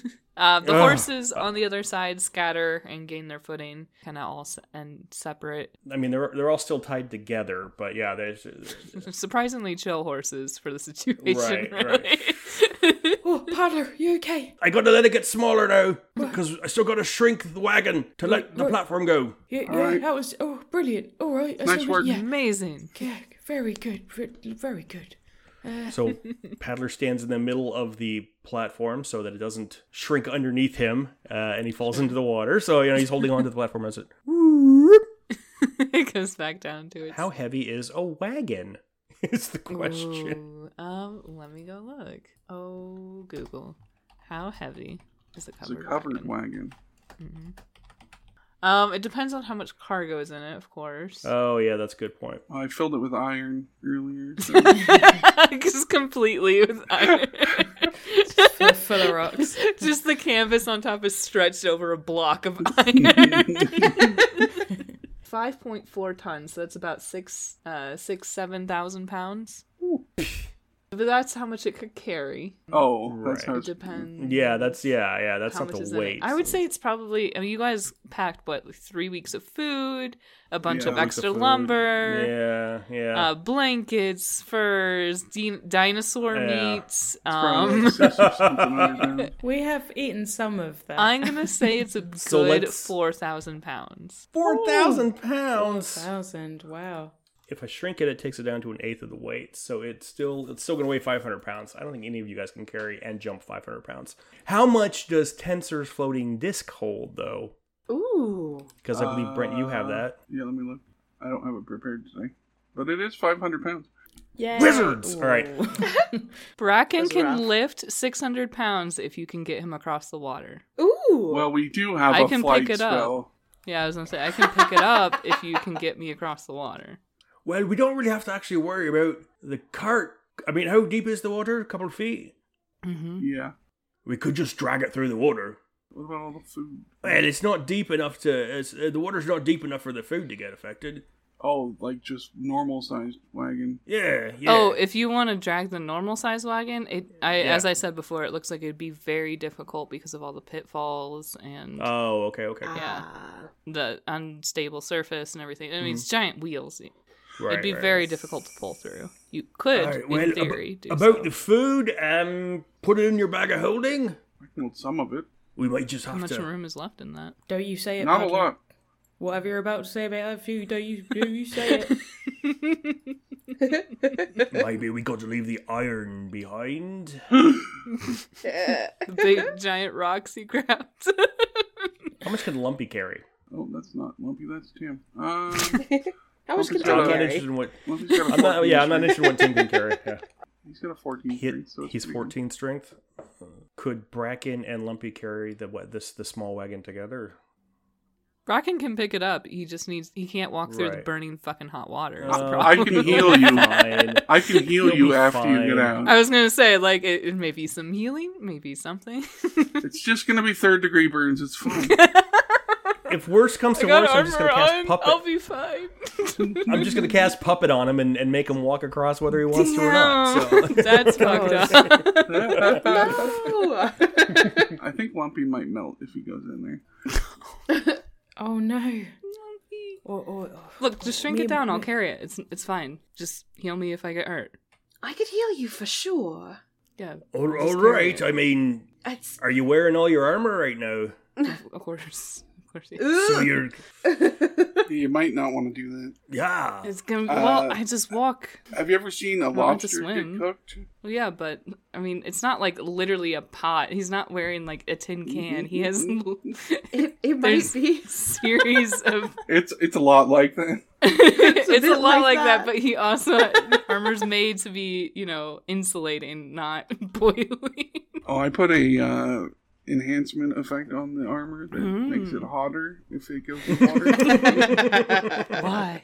*laughs* uh, the Ugh. horses on the other side scatter and gain their footing, kind of all s and separate. *laughs* I mean, they're they're all still tied together, but yeah, there's Surprisingly chill horses for the situation. Right, right. really. Oh, paddler, you okay? I gotta let it get smaller now because I still gotta shrink the wagon to let the Right. platform go. Yeah, All yeah, right. that was oh brilliant. All right, I Nice said- work. *laughs* Yeah, Amazing. *laughs* yeah, very good, ver- very good. *laughs* So Paddler stands in the middle of the platform so that it doesn't shrink underneath him, uh, and he falls into the water. So you know he's holding onto the platform as it. *laughs* it goes back down to it. How heavy is a wagon? *laughs* Is the question. um, let me go look. Oh, Google. How heavy is the It's a covered, covered wagon? wagon. Um, it depends on how much cargo is in it, of course. Oh yeah, that's a good point. I filled it with iron *laughs* earlier. So *laughs* Just completely with iron. *laughs* Full, full of rocks. Just the canvas on top is stretched over a block of iron. *laughs* Five point four tons. So that's about six, uh, six, seven thousand pounds. But that's how much it could carry. oh, that's how It it's, depends. Yeah, that's yeah, yeah. That's how not much is the in it. weight. I would say it's probably. I mean, you guys packed what like three weeks of food, a bunch Yeah, of weeks of extra food. lumber, Yeah, yeah. uh, blankets, furs, din dinosaur Yeah. meats. *laughs* probably Um, like six or something under there. *laughs* We have eaten some of that. I'm *laughs* gonna say it's a *laughs* good So let's- four thousand pounds. Four thousand pounds. thousand. Wow. If I shrink it, it takes it down to an eighth of the weight. So it's still it's still gonna weigh five hundred pounds. I don't think any of you guys can carry and jump five hundred pounds. How much does Tensor's floating disc hold though? Ooh. Because I believe Brent, you have Uh, that. Yeah, let me look. I don't have it prepared today, but it is 500 pounds. Uh, Yeah. Wizards! All right. Bracken That's can rough. lift six hundred pounds if you can get him across the water. Ooh. Well, we do have I a can flight pick it up. spell. Yeah, I was gonna say I can pick it up if you can get me across the water. Well, we don't really have to actually worry about the cart. I mean, how deep is the water? A couple of feet. Mm-hmm. Yeah. We could just drag it through the water. What about all the food? Well, it's not deep enough to. It's, uh, the water's not deep enough for the food to get affected. Oh, like just normal sized wagon. Yeah, yeah. Oh, if you want to drag the normal size wagon, it I Yeah. as I said before, it looks like it'd be very difficult because of all the pitfalls and Oh, okay, okay. Ah. the unstable surface and everything. I mean, it's giant wheels. Mm-hmm. Right, it'd be right. very difficult to pull through. You could, All right, in well, ab- theory, do about so. the food. Um, put it in your bag of holding. I can hold some of it. We might just how have much *laughs* to. room is left in *laughs* that. Don't you say it. Not a Patrick. lot. Whatever you're about to say about that food, don't you? Do you say it? Maybe we got to leave the iron behind. The big giant rocks you grabbed. How much can Lumpy *laughs* carry? Oh, that's not Lumpy, that's Tim. Um, How much I'm Hope it's can Tim not not carry? interested in what. Lumpy's got a 14 I'm not, yeah, I'm not strength. interested in what Tim can carry. Yeah. *laughs* He's got a 14. He, strength, so it's he's pretty good. 14 strength. Could Bracken and Lumpy carry the what this the small wagon together? *laughs* Rockin can pick it up. He just needs. He can't walk through the Right. burning fucking hot water. Uh, *laughs* I can heal you. Fine. *laughs* I can heal He'll you be after you get fine. out. I was gonna say like it, it may be some healing, maybe something. *laughs* It's just going to be third degree burns. It's fine. If worse comes to worse, I'm just gonna cast puppet. I'll *laughs* be *laughs* fine. I'm just gonna cast puppet on him and, and make him walk across whether he wants to or not. So. *laughs* *laughs* That's fucked *laughs* up. No. *laughs* I think Lumpy might melt if he goes in there. Oh no. Or, or, Look, just shrink Me- it down. I'll me- carry it. It's it's fine. Just heal me if I get hurt. I could heal you for sure. Yeah, All, Just all carry right. it. I mean, It's are you wearing all your armor right now? of, of course, of course. yeah. So you're, You might not want to do that. *laughs* yeah. It's gonna. Uh, well, I just walk. Have you ever seen a don't have to lobster get swim. cooked? Well, yeah, but I mean, it's not like literally a pot. He's not wearing like a Mm-hmm. tin can. He *laughs* has It, it might There's- *laughs* be. *laughs* series of. It's it's a lot like that. *laughs* it's, a a, bit lot like like that. that. but he also *laughs* armor's made to be, you know, insulating, not *laughs* boiling. Oh, I put a uh, enhancement effect on the armor that Mm. makes it hotter if it goes hotter. Why?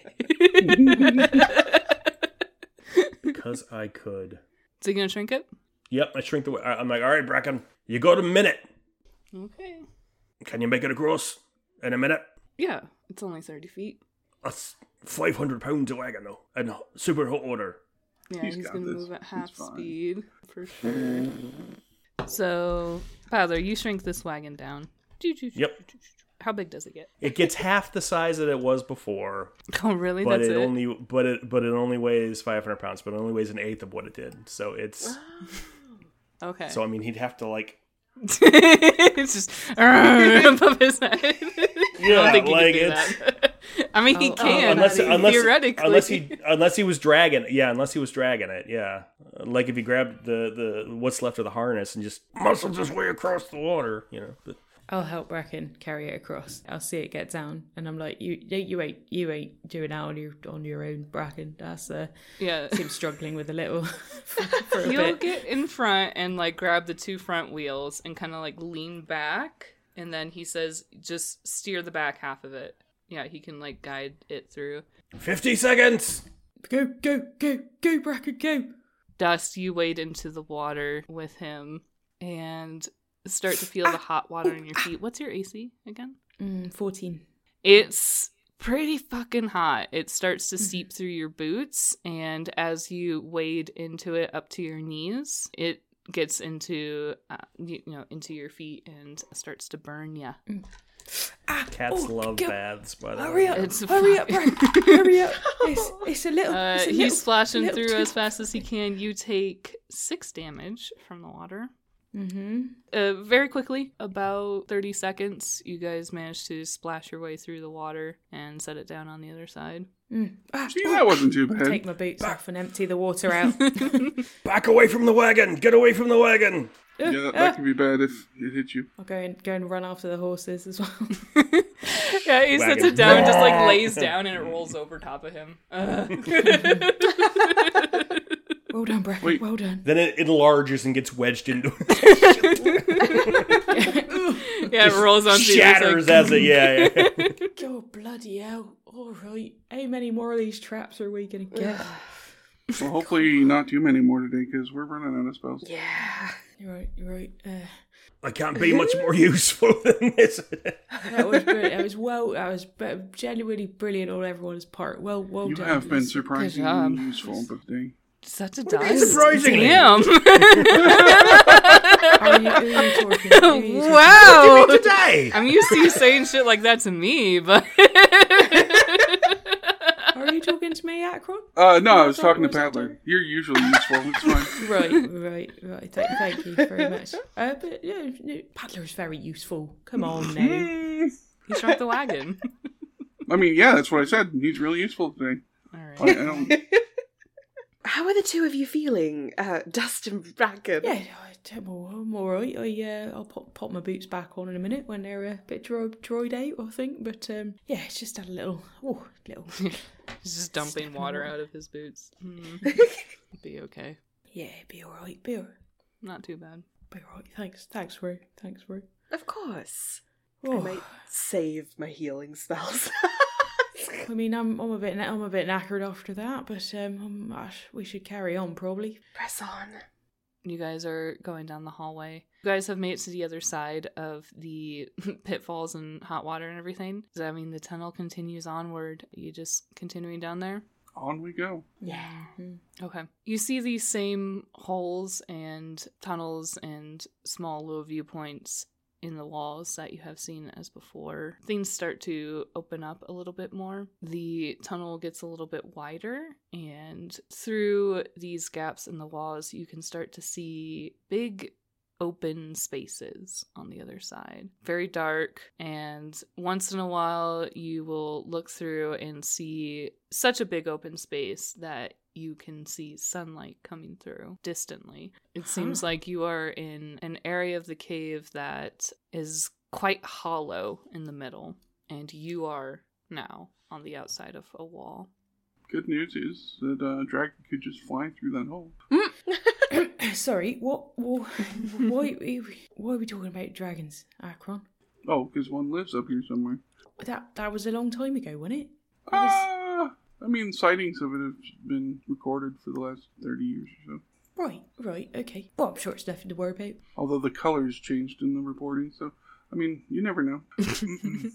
Because I could. So you gonna shrink it? Yep. I shrink the. wa- I- I'm like, all right, Bracken. You got a minute. Okay. Can you make it across in a minute? Yeah, it's only thirty feet. That's 500 pounds a wagon though, and h- super hot water. Yeah, He's he's, got gonna this. move at He's half fine. speed for sure. So, Father, you shrink this wagon down. Yep. How big does it get? *laughs* It gets half the size that it was before, Oh, really? but That's it, it. only but it but it only weighs 500 pounds, but it only weighs an eighth of what it did. So it's Okay. so I mean he'd have to like *laughs* it's just *laughs* above his head. *laughs* I Yeah, don't think he like, can do *laughs* it's- that. I mean, he Oh, can unless that is- unless theoretically. unless he unless he was dragging yeah unless he was dragging it yeah like if he grabbed the the what's left of the harness and just muscled his way across the water you know but I'll help Bracken carry it across. I'll see it get down, and I'm like, you, you, you ain't, you ain't doing that on your on your own, Bracken. That's uh, yeah. seems struggling with a little *laughs* for, for a He'll bit. get in front and like grab the two front wheels and kind of like lean back, and then he says, "Just steer the back half of it." Yeah, he can like guide it through. 50 seconds Go, go, go, go, Bracken, go. Dust, you wade into the water with him and start to feel the hot water on your feet. What's your AC again? Mm, Fourteen. It's pretty fucking hot. It starts to seep through your boots, and as you wade into it up to your knees, it gets into uh, you, you know into your feet and starts to burn you. cats love baths by the way Ah, oh, Hurry up! It's hurry up, fine. Bracken! *laughs* Hurry up! It's, it's a little. Uh, it's a he's little- splashing little through too as fast as he can. You take six damage from the water. Mm-hmm. Uh, very quickly, about 30 seconds, you guys manage to splash your way through the water and set it down on the other side. Mm. Ah, See, oh, that wasn't too bad. take my boots off and empty the *laughs* water out. back away from the wagon get away from the wagon Yeah, that, that could be bad if it hit you. I'll go and go and run after the horses as well. *laughs* yeah, he sets it down and just like lays down and it rolls over top of him. Um, well done, Bracken. Wait. Well done. then it enlarges and gets wedged *laughs* into yeah, it rolls onto you. It's shatters like, as it yeah, *laughs* yeah. God bloody hell! All right, how many more of these traps are we gonna get? Well, hopefully not too many more today because we're running out of spells. yeah, you're right. You're right. Uh, i can't be much more useful than this that was brilliant. That was well. That was be- genuinely brilliant on everyone's part. Well, well You done. have been It's- job. surprisingly useful today. Such a is dust. surprisingly- *laughs* Damn. Are you, who are you talking? *laughs* Who are you talking- wow. *laughs* today I'm used to you saying shit like that to me, but *laughs* Are you talking to me, Akron? Uh, no, I was thought talking it to was Paddler. under- You're usually useful. It's *laughs* *laughs* fine. Right, right, right. Thank, thank you very much. Uh, but yeah, no, paddler is very useful. Come *laughs* on now. he shrunk the wagon. I mean, yeah, that's what I said. He's really useful today. All right. I, I don't. How are the two of you feeling, uh, Dustin Bracken? Yeah, I- I'm all, I'm all right. I, uh, I'll pop, pop my boots back on in a minute when they're a bit dro- droid out, I think. But um, yeah, it's just had a little, oh, little. *laughs* He's just dumping water out of his *laughs* boots. Hmm. Be okay. yeah, be all right, be all right. Not too bad. Be all right. Thanks, thanks, Roo. Thanks, Roo. Of course. I Oh, might save my healing spells. *laughs* I mean, I'm, I'm a bit, kna- I'm a bit knackered after that, but um, i we should carry on probably. Press on. You guys are going down the hallway. You guys have made it to the other side of the *laughs* pitfalls and hot water and everything. So, I mean, the tunnel continues onward. You just continuing down there? On we go. Yeah. Mm. Okay. You see these same holes and tunnels and small little viewpoints in the walls that you have seen as before. Things start to open up a little bit more. The tunnel gets a little bit wider, and through these gaps in the walls, you can start to see big open spaces on the other side. Very dark, and once in a while you will look through and see such a big open space that you can see sunlight coming through distantly. It seems Huh. like you are in an area of the cave that is quite hollow in the middle, and you are now on the outside of a wall. Good news is that uh, Dragon could just fly through that hole. *coughs* Sorry, what? what *laughs* why? Why are we talking about dragons, Akron? Oh, because one lives up here somewhere. That that was a long time ago, wasn't it? It was- Ah, I mean, sightings of it have been recorded for the last 30 years or so. Right, right, okay. Well, I'm sure it's nothing to worry about. Although the colors changed in the reporting, so, I mean, you never know.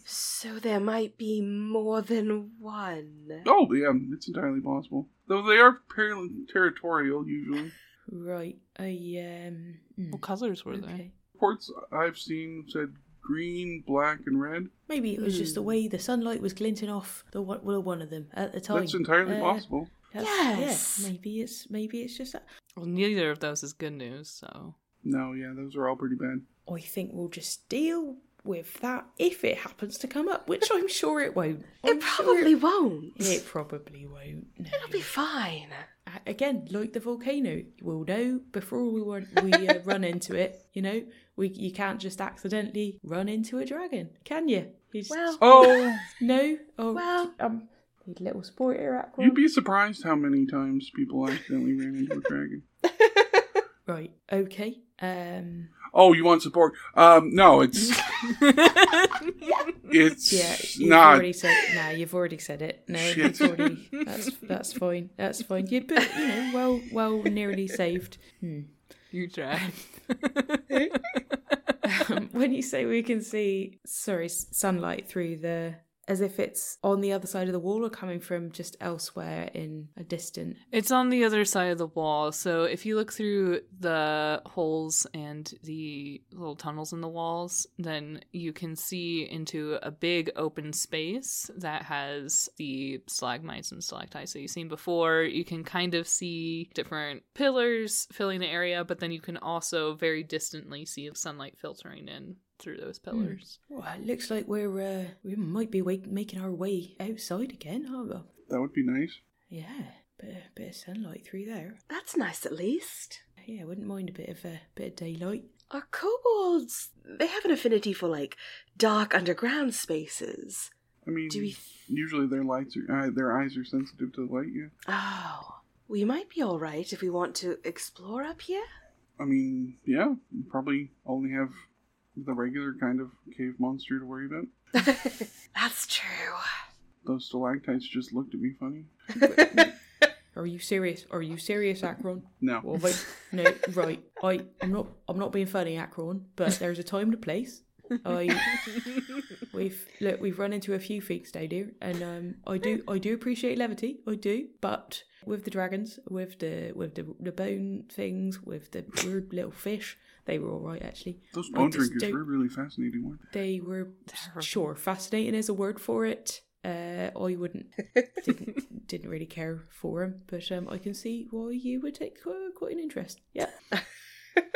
So there might be more than one. Oh, yeah, it's entirely possible. Though they are par- territorial, usually. Right. I um. hmm. What colors were there? Okay. Reports I've seen said green, black, and red. Maybe it was just the Hmm. way the sunlight was glinting off the one, well, one of them at the time. That's entirely Uh, possible. that's- Yes. Yeah, maybe it's maybe it's just that. Well, neither of those is good news, so. No, yeah, those are all pretty bad. *laughs* I think we'll just deal with that if it happens to come up, which I'm sure it won't. I'm It probably sure won't. it, it probably won't. no. It'll be fine. A- again like the volcano we'll know before we run, we uh, run into it you know we you can't just accidentally run into a dragon can you you just, Well, Oh, no oh Well- um need a little spoiler at you'd be surprised how many times people accidentally ran into a dragon. right okay um Oh, you want support? Um, no, it's it's yeah you've not. already said nah you've already said it no Shit. it's already that's that's fine that's fine you but you know well well nearly saved hmm. *laughs* You *laughs* tried. Um, when you say we can see sorry s- sunlight through the as if it's on the other side of the wall or coming from just elsewhere in a distant it's on the other side of the wall, so if you look through the holes and the little tunnels in the walls, then you can see into a big open space that has the stalagmites and stalactites that you've seen before. You can kind of see different pillars filling the area, but then you can also very distantly see sunlight filtering in through those pillars. well it looks like we're uh, we might be wake, making our way outside again oh well, That would be nice. yeah bit, bit of sunlight through there That's nice at least. yeah wouldn't mind a bit of a bit of daylight Our kobolds, they have an affinity for like dark underground spaces. I mean, Do we. usually their lights are uh, their eyes are sensitive to light. Yeah. oh. We might be alright if we want to explore up here. I mean, yeah, you probably only have the regular kind of cave monster to worry about. That's true. Those stalactites just looked at me funny. are you serious are you serious Akron No. well wait no *laughs* right I I'm not I'm not being funny Akron but there's a time and a place I We've look, we've run into a few things down here, and um, I do I do appreciate levity, I do, but with the dragons, with the with the, the bone things, with the weird little fish, they were all right actually. Those I bone just drinkers don't- were really fascinating, weren't They they? were sure fascinating is a word for it. Uh, I *laughs* wouldn't didn't didn't really care for him, but um, I can see why you would take uh, quite an interest. *laughs* Yeah.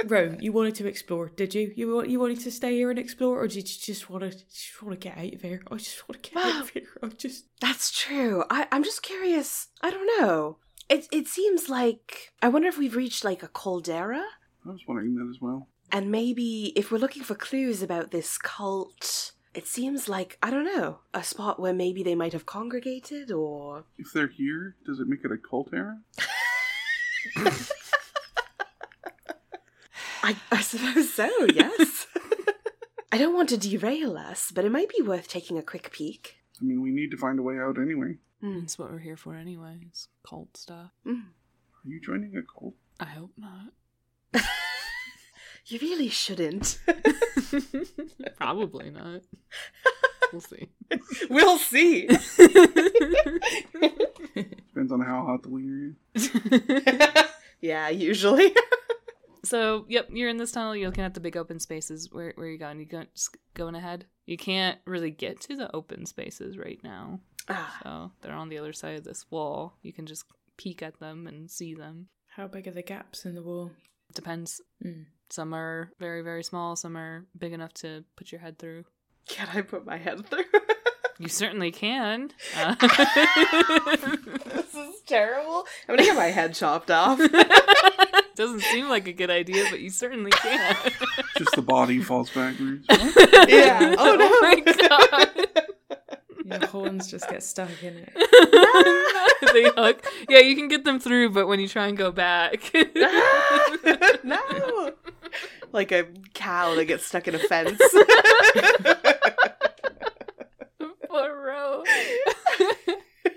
Rome, you wanted to explore, did you? You wa- you wanted to stay here and explore, or did you just want to just want to get out of here? I just want to get out of here. I just That's true. I, I'm just curious. I don't know. It, it seems like. I wonder if we've reached like a caldera? I was wondering that as well. And maybe if we're looking for clues about this cult, it seems like, I don't know, a spot where maybe they might have congregated or. If they're here, does it make it a cult era? I, I suppose so, *laughs* yes. I don't want to derail us, but it might be worth taking a quick peek. I mean, we need to find a way out anyway. Hmm. That's what we're here for, anyways. Cult stuff. Mm. Are you joining a cult? I hope not. You really shouldn't. *laughs* Probably not. We'll see. *laughs* we'll see. *laughs* Depends on how hot the leader is. yeah, usually. so, yep, you're in this tunnel. You're looking at the big open spaces. Where where are you going? You going just going ahead? You can't really get to the open spaces right now. Ah, So they're on the other side of this wall. You can just peek at them and see them. how big are the gaps in the wall? Depends. Mm. Some are very very small. Some are big enough to put your head through. can I put my head through? You certainly can. Uh, *laughs* *laughs* this is terrible. I'm gonna get my head chopped off. Doesn't seem like a good idea, but you certainly can. Just the body falls backwards. *laughs* Yeah. *laughs* *laughs* Oh, no. my god. *laughs* Your horns just get stuck in *laughs* it. they hook. Yeah, you can get them through, but when you try and go back. *laughs* *laughs* no. Like a cow that gets stuck in a fence. *laughs* *laughs* Burrow.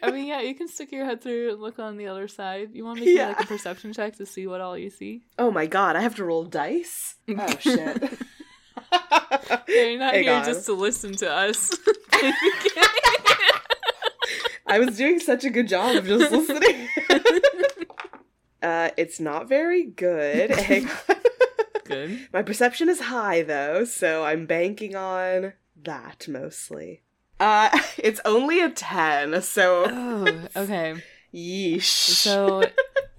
I mean, yeah, you can stick your head through and look on the other side. You want to make me, like Yeah. a perception check to see what all you see? oh my god, I have to roll dice? Oh shit. Yeah, you're not Hey, here guys. just to listen to *laughs* us. *laughs* I was doing such a good job of just listening. *laughs* Uh, it's not very good. *laughs* Hang on. Good. My perception is high though, so I'm banking on that mostly. Uh, *laughs* it's only a ten, so Oh, okay. yeesh. So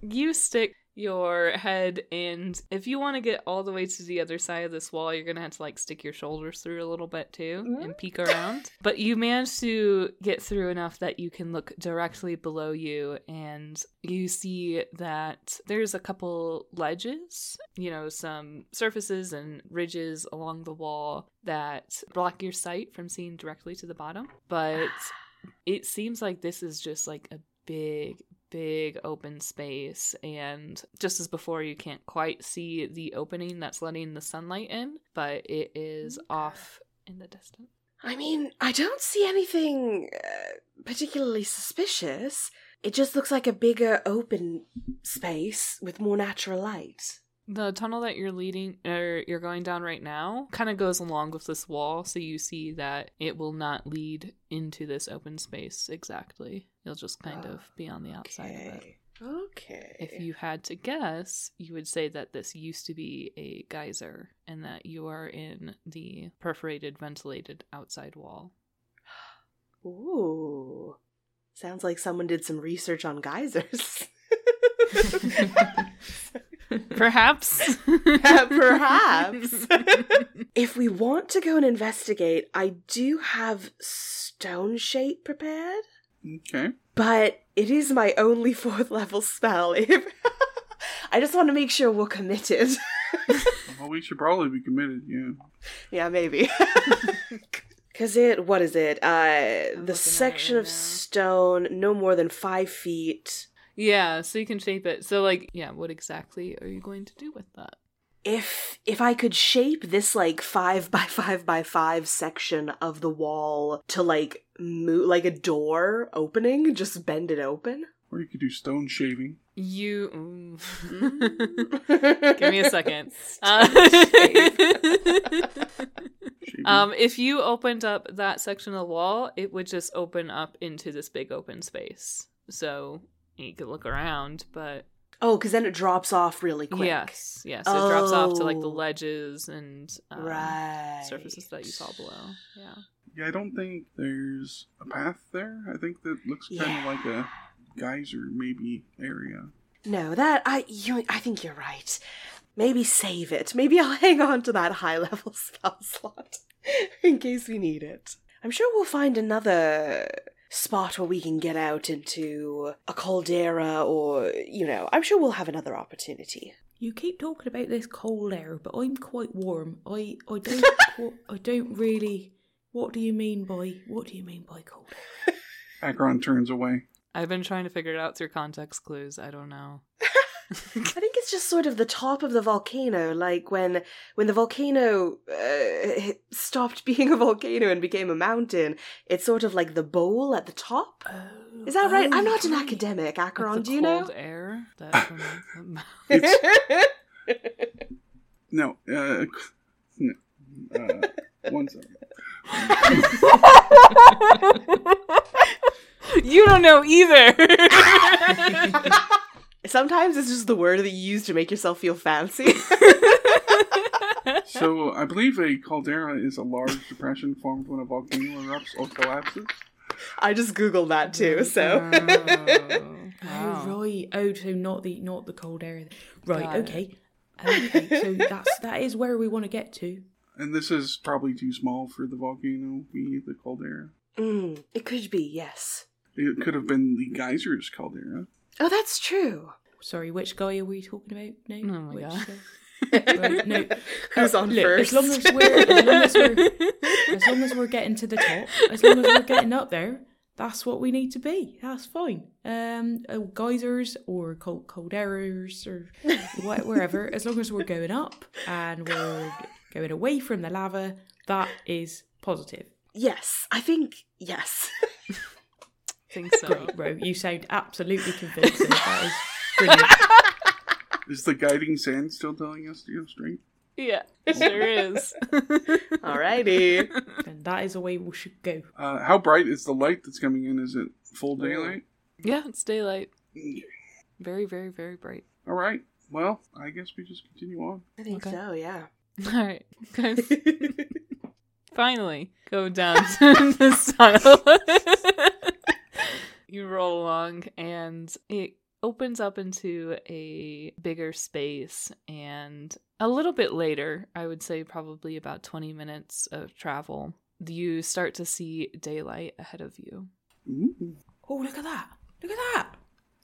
you stick your head and if you want to get all the way to the other side of this wall you're gonna have to like stick your shoulders through a little bit too and peek around but you manage to get through enough that you can look directly below you and you see that there's a couple ledges you know some surfaces and ridges along the wall that block your sight from seeing directly to the bottom but it seems like this is just like a big big open space and just as before you can't quite see the opening that's letting the sunlight in but it is off in the distance I mean, I don't see anything uh, particularly suspicious. It just looks like a bigger open space with more natural light. the tunnel that you're leading or you're going down right now kind of goes along with this wall so you see that it will not lead into this open space exactly you'll just kind of be on the outside of it Okay. Okay. If you had to guess, you would say that this used to be a geyser and that you are in the perforated, ventilated outside wall. Ooh. Sounds like someone did some research *laughs* on geysers. *laughs* *laughs* Perhaps. *laughs* Perhaps. if we want to go and investigate, I do have stone shape prepared, Okay. but it is my only *laughs* fourth level spell. *laughs* If I just want to make sure we're committed. *laughs* Well, we should probably be committed. Yeah. *laughs* Yeah, maybe. Cause it, what is it? Uh, looking at the it section right of now. stone no more than five feet. yeah, so you can shape it. So, like, yeah, what exactly are you going to do with that? If if I could shape this like five by *laughs* five by five section of the wall to like move like a door opening, just bend it open. *laughs* Or you could do stone shaving. You. *laughs* mm. *laughs* Give Mm. Give me a second. *laughs* Shaving. Um, if you opened up that section of the wall, it would just open up into this big open space. So you could look around, but oh, because then it drops off really quick. yes, yes, it drops off to like the Oh. ledges and um, right. surfaces that you saw below. Yeah, Yeah, I don't think there's a path there. I think that looks kind Yeah. of like a geyser maybe area. No, that I you I think you're right. Maybe save it. Maybe I'll *laughs* hang on to that high level spell slot *laughs* in case we need it. I'm sure we'll find another spot where we can get out into a caldera or you know, I'm sure we'll have another opportunity. You keep talking about this cold air, but I'm quite warm. I I *laughs* don't qu- I don't really. What do you mean by what do you mean by cold? air? Akron turns away. I've been trying to figure it out through context clues. I don't know. I think it's just sort of the top of the volcano, like when when the volcano uh, stopped *laughs* being a volcano and became a mountain. It's sort of like the bowl at the top. Oh, Is that right? oh, I'm not an right. academic, Acheron. Like the Do you know? cold air that *laughs* from- It's, no, uh, *laughs* no, uh, one second. you don't know either. *laughs* Sometimes it's just the word that you use to make yourself feel *laughs* fancy. So I believe a caldera is a large depression formed when a volcano erupts or collapses. I just googled that too, so. Oh, Oh wow. *laughs* right. Oh, so not the not the cold air. Right. Got it. okay. Okay. So that's that is where we want to get to. And this is probably too small for the volcano, be the caldera. Mm, it could be, yes. It could have been the geyser's caldera. Oh, that's true. Sorry, which guy are we talking about now? Oh my Which, God. uh, Right, *laughs* no. Who's Uh, on look, first? As long as, we're, as, long as we're, as long as we're getting to the top, as long as we're getting up there, that's what we need to be. That's fine. Um, uh, geysers or cold, cold errors or wh- wherever, as long as we're going up and we're going away from the lava, that is positive. *laughs* yes, I think, yes. think so. Great, Ro. You sound absolutely convincing. That is brilliant. Is the guiding sand still telling us to go straight? Yeah, sure is. *laughs* *laughs* Alrighty. And that is the way we should go. Uh, how bright is the light that's Uh, coming in? Is it full daylight? Yeah, it's daylight. Okay. Very, very, very bright. *laughs* All right. Well, I guess we just continue on. I think Okay. so, yeah. All right, guys. Finally, go down *laughs* to the tunnel. *laughs* you roll along, and it opens up into a bigger space. And a little bit later, I would say probably about 20 minutes of travel, you start to see daylight ahead of you. Mm-hmm. Ooh. Oh, look at that. Look at that.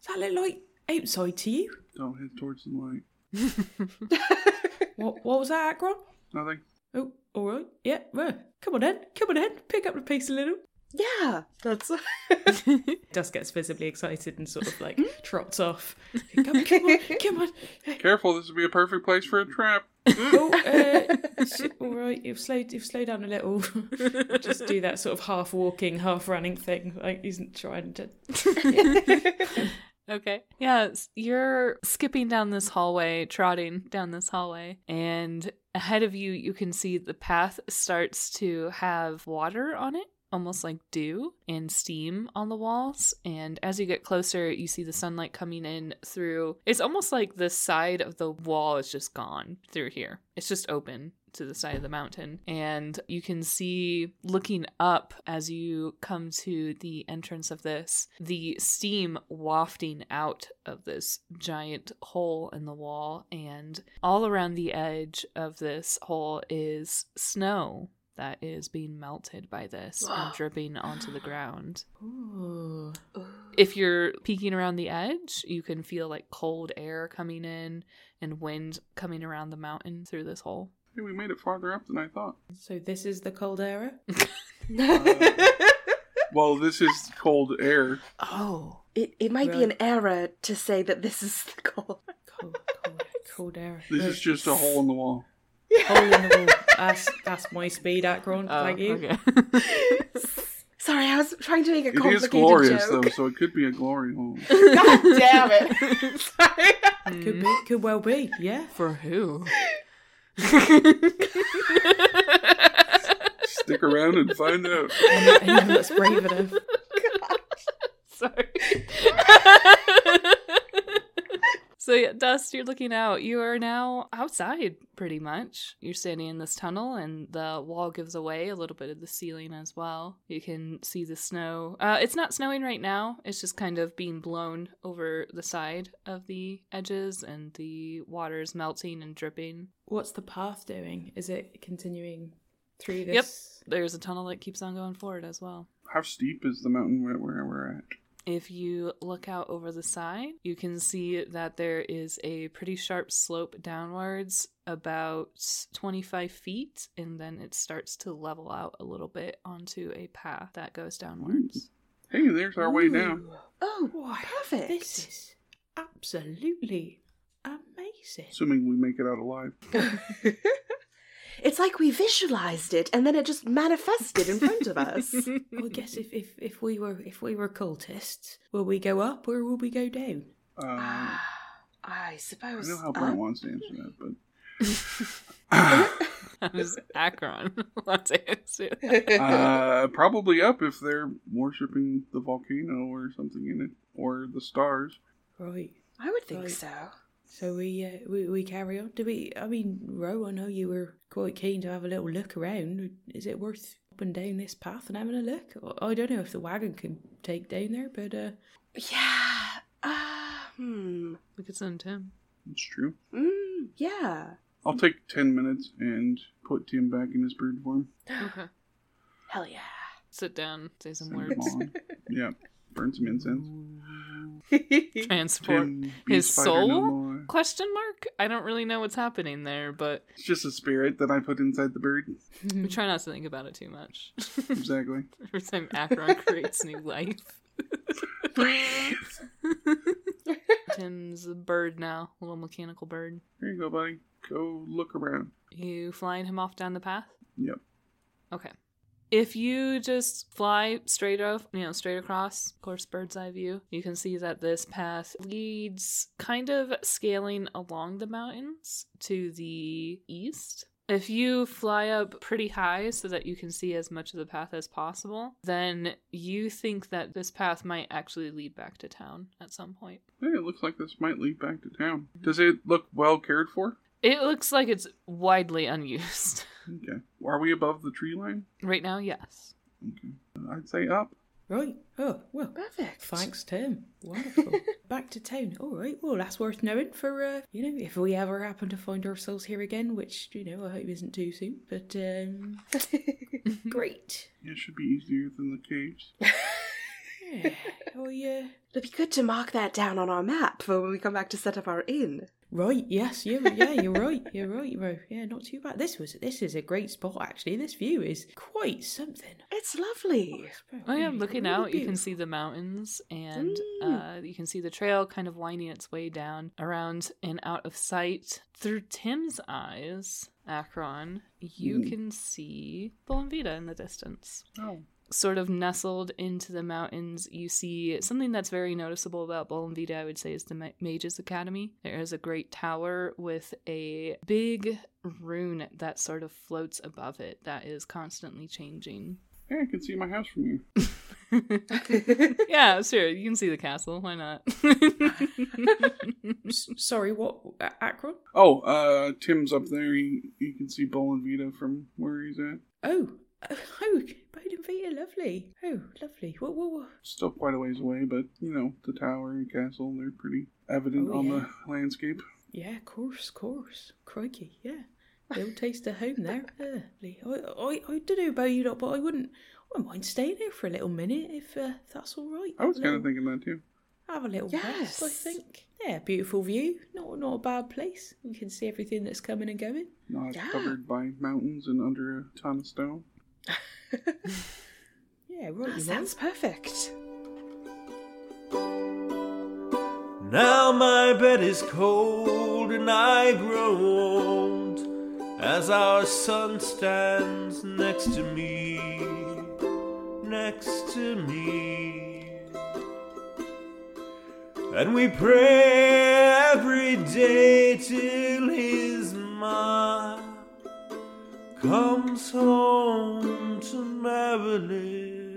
Does that look like outside to you? Don't head towards the light. What, what was that, Akron? *laughs* Nothing. Oh, all right. Yeah, well, come on then. Come on then. Pick up the pace a little. yeah, that's. Dust gets visibly excited and sort of like trots off. Come on, come on, come on. Careful, this would be a perfect place for a trap. Oh, uh, s- all right. You've slowed, you've slowed down a little. *laughs* Just do that sort of half walking, half running thing. Like he's trying to. Okay. Yes, you're skipping down this hallway, trotting down this hallway, and ahead of you, you can see the path starts to have water on it, almost like dew and steam on the walls. And as you get closer, you see the sunlight coming in through. It's almost like the side of the wall is just gone through here, it's just open to the side of the mountain. And you can see looking up as you come to the entrance of this, the steam wafting out of this giant hole in the wall. And all around the edge of this hole is snow that is being melted by this and dripping onto the ground. Ooh. If you're peeking around the edge, you can feel like cold air coming in and wind coming around the mountain through this hole. Hey, we made it farther up than I thought. So this is the cold era. Well, this is cold air. oh, it, it might be Right. an error to say that this is the goal. Cold, cold, cold era. This is just a hole in the wall. Hole in the wall. That's that's my speed, Akron. Oh, Thank you. *laughs* Sorry, I was trying to make a It complicated is glorious, joke. though, so it could be a glory *laughs* hole. God damn it! Sorry. Could be, could well be. Yeah. For *laughs* who? Stick around and find out. Anyone that's brave enough. *laughs* Sorry. so yeah, Dust, you're looking out. You are now outside pretty much. You're standing in this tunnel and the wall gives away a little bit of the ceiling as well. You can see the snow. Uh it's not snowing right now. It's just kind of being blown over the side of the edges and the water's melting and dripping. What's the path doing? Is it continuing through Yep. this? There's a tunnel that keeps on going forward as well. How steep is the mountain where where we're at? If you look out over the side, you can see that there is a pretty sharp slope downwards, about 25 feet, and then it starts to level out a little bit onto a path that goes downwards. Hey, there's our way down. Ooh. Oh, Why, perfect. This is absolutely amazing. Assuming we make it out alive. it's like we visualized it and then it just manifested in front *laughs* of us. *laughs* I guess if, if, if we were if we were cultists, will we go up or will we go down? Uh, Ah, I I suppose. know how uh, Brent wants to answer that, but. Ah, That was Akron. *laughs* Let's answer. uh, probably up if they're worshipping the volcano or something in it, or the stars. Right. I would think Right. so. So we, uh, we we carry on. Do we? I mean, Ro, I know you were quite keen to have a little look around. Is it worth up and down this path and having a look? I- I don't know if the wagon can take down there, but uh, Yeah. Uh, hmm. We could send Tim. It's true. Mm, yeah. I'll take 10 minutes and put Tim back in his bird form. Okay. Hell yeah. Sit down, say some Send him words. on. yeah, burn some incense. Transport. Tim, be His spider no soul? more. Question mark? I don't really know what's happening there, but It's just a spirit that I put inside the bird. we try not to think about it too much. *laughs* Exactly. *laughs* Every time Akron creates new life. Tim's a bird now, a little mechanical bird. Here you go, buddy. Go look around. You flying him off down the path? Yep. Okay. If you just fly straight off, you know, straight across, of course, bird's eye view, you can see that this path leads kind of scaling along the mountains to the east. If you fly up pretty high so that you can see as much of the path as possible, then you think that this path might actually lead back to town at some point. Hey, it looks like this might lead back to town. Does it look well cared for? It looks like it's widely *laughs* unused. Okay. Are we above the tree line? right now, yes. Okay. I'd say up. Right. Oh, well. *laughs* Perfect. *laughs* Thanks, Tim. *laughs* Wonderful. Back to town. All right. Well, that's worth knowing for, uh, you know, if we ever happen to find ourselves here again, which, you know, I hope isn't too soon. But, um, *laughs* great. It should be easier than the caves. *laughs* Yeah. Oh, yeah. It'd be good to mark that down on our map for when we come back to set up our inn. Right. Yes. Yeah. Yeah. You're right. You're right, bro. Yeah. Not too bad. This was. This is a great spot, actually. This view is quite something. It's lovely. Oh yeah, looking out, you can see the mountains and uh, you can see the trail kind of winding its way down around and out of sight. Through Tim's eyes, Akron, you Mm. can see Bolonvita in the distance. Oh. Sort of nestled into the mountains, you see something that's very noticeable about Bolonvita, I would say, is the Ma- Mages Academy. There is a great tower with a big rune that sort of floats above it that is constantly changing. Hey, I can see my house from here. *laughs* yeah, sure. You can see the castle. Why not? *laughs* S- Sorry. What? A- Akron? Oh, uh, Tim's up there. He, he can see Bolin Vita from where he's at. Oh. *laughs* Oh. Bowden Vita. Lovely. Oh, lovely. Whoa, whoa, whoa. Still quite a ways away, but you know the tower and castle. They're pretty evident Oh, on yeah. the *laughs* landscape. Yeah, of course, of course. Crikey, yeah. Little taste of home *laughs* there. Lovely. I, I, I don't know about you lot, but I wouldn't. I wouldn't mind staying here for a little minute if uh, that's all right. I was Have a kind of little- thinking that too. Have a little rest, I Yes. think. Yeah, beautiful view. Not not a bad place. You can see everything that's coming and going. Not Yeah. covered by mountains and under a ton of stone. Yeah, right. That you sounds perfect. Now my bed is cold and I grow old as our sun stands next to me, next to me. And we pray every day till his ma comes home to Marilyn.